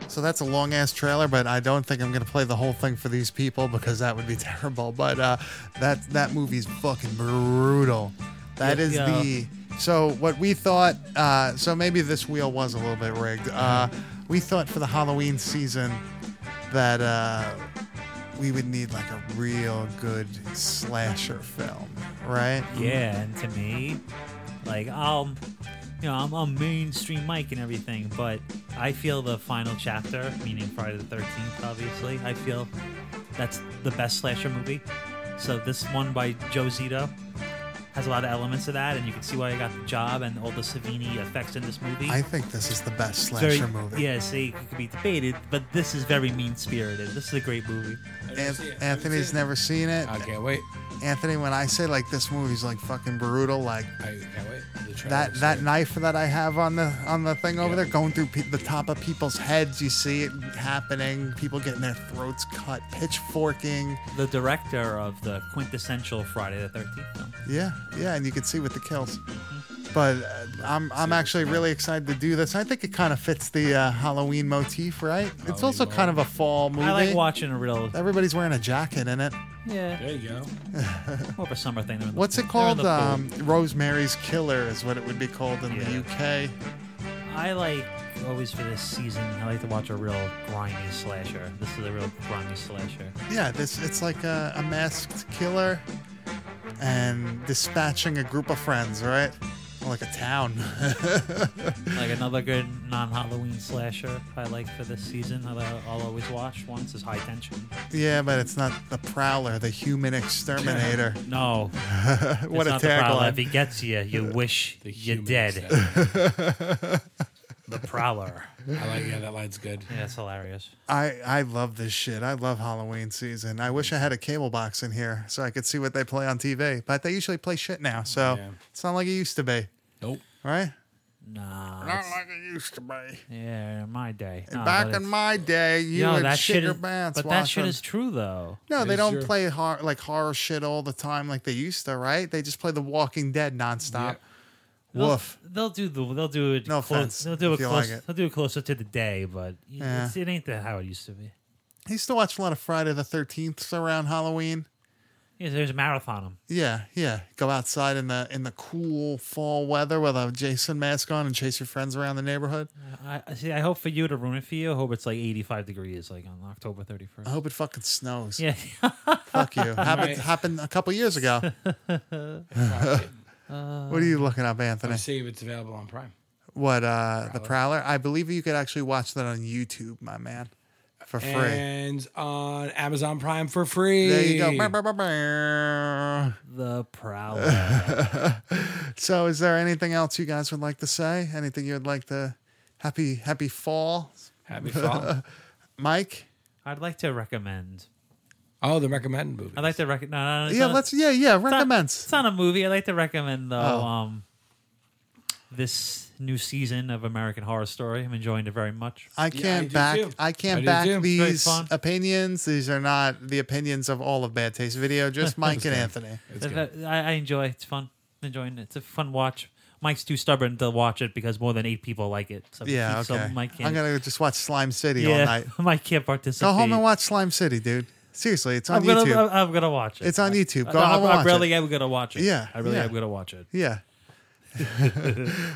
B: So that's a long ass trailer, but I don't think I'm gonna play the whole thing for these people because that would be terrible. But uh, that that movie's fucking brutal. That
D: Yeah,
B: is
D: yeah.
B: the so what we thought. Uh, so maybe this wheel was a little bit rigged. Uh, we thought for the Halloween season that uh, we would need like a real good slasher film, right?
D: Yeah, and to me, like um, you know, I'm a mainstream Mike and everything, but I feel the final chapter, meaning Friday the Thirteenth, obviously, I feel that's the best slasher movie. So this one by Joe Zito has a lot of elements of that, and you can see why I got the job and all the Savini effects in this movie.
B: I think this is the best
D: It's
B: slasher
D: very-
B: movie.
D: Yeah, see, it could be debated, but this is very mean spirited. This is a great movie.
B: An- Anthony's never seen it. I
C: can't wait.
B: Anthony, when I say like this movie's like fucking brutal, like
C: I can't wait. The trailer
B: that
C: looks
B: that knife that I have on the on the thing over there, going through pe- the top of people's heads, you see it happening. People getting their throats cut, pitchforking.
D: The director of the quintessential Friday the Thirteenth film.
B: Yeah, yeah, and you can see with the kills. But uh, I'm I'm actually really excited to do this. I think it kind of fits the uh, Halloween motif, right? It's also kind of a fall movie.
D: I like watching a real
B: Everybody's wearing a jacket in it.
D: Yeah.
C: There you go.
D: More of a summer thing. They're in the
B: What's it
D: pool. They're in
B: called?
D: the pool.
B: Um, Rosemary's Killer is what it would be called in the UK. um,
D: I like always for this season. I like to watch a real grimy slasher. This is a real grimy slasher.
B: Yeah, this it's like a, a masked killer and dispatching a group of friends, right? Or Like a town.
D: Like another good non-Halloween slasher. I like for this season. that I- I'll always watch once is High Tension.
B: yeah, but it's not the Prowler, the human exterminator.
D: No.
B: what
D: it's
B: a
D: not the Prowler. If
B: tagline.
D: he gets you, you wish you're dead. the Prowler.
C: I like. Yeah, that line's good.
D: Yeah, it's hilarious.
B: I, I love this shit. I love Halloween season. I wish I had a cable box in here so I could see what they play on TV. But they usually play shit now, so it's not like it used to be.
C: Nope.
B: Right?
D: Nah.
B: Not
D: it's-
B: like it used to be.
D: yeah, in my day.
B: And
D: Nah,
B: back
D: but
B: in
D: it-
B: my day, you
D: Yo,
B: had
D: that shit
B: shit your
D: is-
B: pants.
D: But that shit
B: watching-
D: is true, though.
B: No, they
D: It's
B: don't
D: true.
B: play hor- like horror shit all the time like they used to, right? They just play The Walking Dead nonstop.
D: They'll-
B: Woof.
D: They'll do the. They'll do it.
B: No
D: clo-
B: offense
D: They'll do
B: if
D: it.
B: you
D: Close,
B: like it.
D: They'll do it closer to the day, but
B: Yeah.
D: it's, it ain't that how it used to be.
B: I used to watch a lot of Friday the 13th around Halloween.
D: Yeah, there's a marathon 'em.
B: Yeah, yeah. Go outside in the in the cool fall weather with a Jason mask on and chase your friends around the neighborhood.
D: I, I see. I hope for you to ruin it for you. I hope it's like 85 degrees, like on October 31st.
B: I hope it fucking snows.
D: Yeah.
B: Fuck you. Happened
D: Right.
B: happened a couple years ago. what are you looking up, Anthony?
C: I'm seeing if it's available on Prime.
B: What uh the Prowler? I believe you could actually watch that on YouTube, my man, for free.
C: And on Amazon Prime for free.
B: There you go. Brr, brr, brr, brr.
D: The Prowler.
B: so, is there anything else you guys would like to say? Anything you would like to? Happy Happy Fall.
C: Happy fall.
B: Mike.
D: I'd like to recommend.
C: Oh, the recommend movie.
D: I'd like to recommend. No, no, no, it's
B: Yeah,
D: not-
B: let's. Yeah, yeah.
D: it's not-
B: Recommends.
D: It's not a movie. I'd like to recommend though.
B: Oh.
D: Um, this new season of American Horror Story. I'm enjoying it very much.
B: I can't back. I can't back these opinions. These are not the opinions of all of Bad Taste Video. Just Mike and Anthony.
D: I, I enjoy. it. It's fun. I'm enjoying it. It's a fun watch. Mike's too stubborn to watch it because more than eight people like it. So
B: Yeah,
D: so
B: okay.
D: Mike can't.
B: I'm gonna just watch Slime City all
D: Yeah,
B: night.
D: Mike can't participate.
B: Go home and watch Slime City, dude. Seriously, it's on
D: I'm gonna,
B: YouTube.
D: I'm- I'm gonna watch it.
B: It's on YouTube. Go
D: I,
B: home and
D: I,
B: watch
D: really
B: it.
D: am gonna watch it.
B: Yeah,
D: I really
B: yeah.
D: am gonna watch it.
B: Yeah.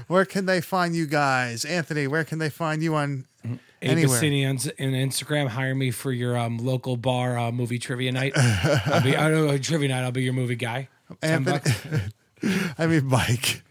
B: where can they find you guys, Anthony? Where can they find you on anywhere?
C: Anywhere. on on Instagram. Hire me for your um, local bar uh, movie trivia night. I'll be, I don't know, trivia night. I'll be your movie guy. Ten
B: Anthony-
C: bucks.
B: I mean, Mike.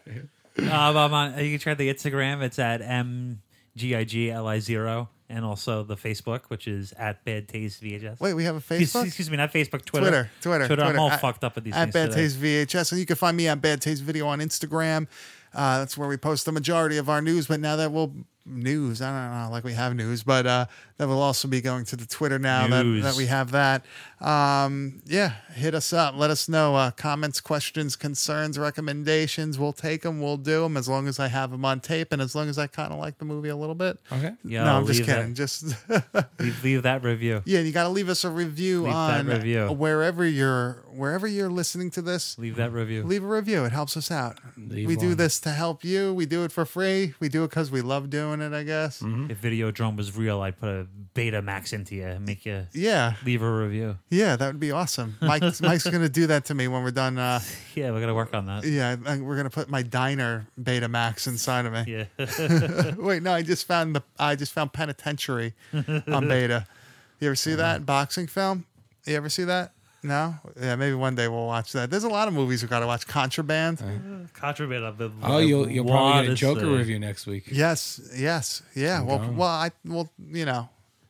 D: um, I'm on, you can try the Instagram. It's at m g i g l i zero, and also the Facebook, which is at Bad Taste VHS.
B: Wait, we have a
D: Excuse-
B: Facebook?
D: Excuse me, not Facebook. Twitter.
B: Twitter, Twitter,
D: Twitter. I'm all
B: At-
D: fucked up with these
B: At
D: things.
B: Bad
D: today.
B: Taste VHS, and you can find me at Bad Taste Video on Instagram. Uh, that's where we post the majority of our news. But now that we'll news, I don't know, like we have news, but uh, that will also be going to the Twitter now that,
D: News.
B: that we have that. Um, yeah, hit us up. Let us know uh, comments, questions, concerns, recommendations. We'll take them. We'll do them as long as I have them on tape and as long as I kind of like the movie a little bit.
C: Okay.
D: Yeah,
B: no,
D: I'll
B: I'm just
D: leave that-
B: kidding. Just
D: leave, leave that review.
B: yeah, and you got to leave us a review
D: Leave that
B: on
D: review.
B: wherever you're wherever you're listening to this.
D: Leave that review.
B: Leave a review. It helps us out.
D: Leave
B: we do
D: one.
B: this to help you. We do it for free. We do it because we love doing it. I guess.
D: If Videodrome was real, I'd put a Betamax into you, and make you
B: Yeah.
D: leave a review.
B: Yeah, that would be awesome. Mike, Mike's gonna do that to me when we're done. Uh,
D: Yeah, we're gonna work on that.
B: yeah, I- we're gonna put my diner Beta Max inside of me.
D: Yeah.
B: Wait, no, I just found the I just found Penitentiary on Beta. You ever see that boxing film? You ever see that? No. Yeah, maybe one day we'll watch that. There's a lot of movies we gotta watch. Contraband.
D: Contraband. I've been
C: Oh, you'll you'll probably get a
D: What is
C: Joker
D: the-
C: review next week.
B: Yes, yes, yeah.
C: I'm
B: well,
C: down.
B: well, I well, you know,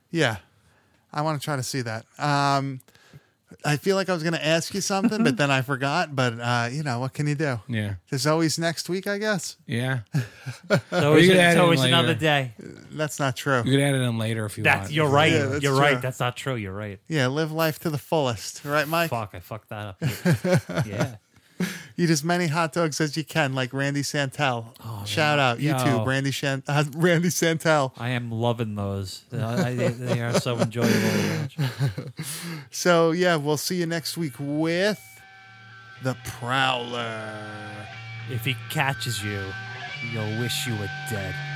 B: yeah. I want to try to see that. Um, I feel like I was going to ask you something, but then I forgot. But uh, you know, what can you do?
C: Yeah.
B: There's always next week, I guess.
C: Yeah.
D: It's
C: Well,
D: always,
C: you could add
D: it's
C: in
D: always
C: later.
D: another day.
B: That's not true.
C: You can add it in later if you
D: That's
C: want.
D: you're right.
B: Yeah, that's
D: you're right.
B: true.
D: That's not true. You're right.
B: Yeah, live life to the fullest, right, Mike?
D: Fuck, I fucked that up. yeah.
B: Eat as many hot dogs as you can, like Randy Santel. Shout out
D: Yo.
B: YouTube, Randy Shan- uh, Randy Santel.
D: I am loving those. I- I- they, they are so enjoyable. to watch.
B: So yeah, we'll see you next week with the Prowler.
D: If he catches you, you'll wish you were dead.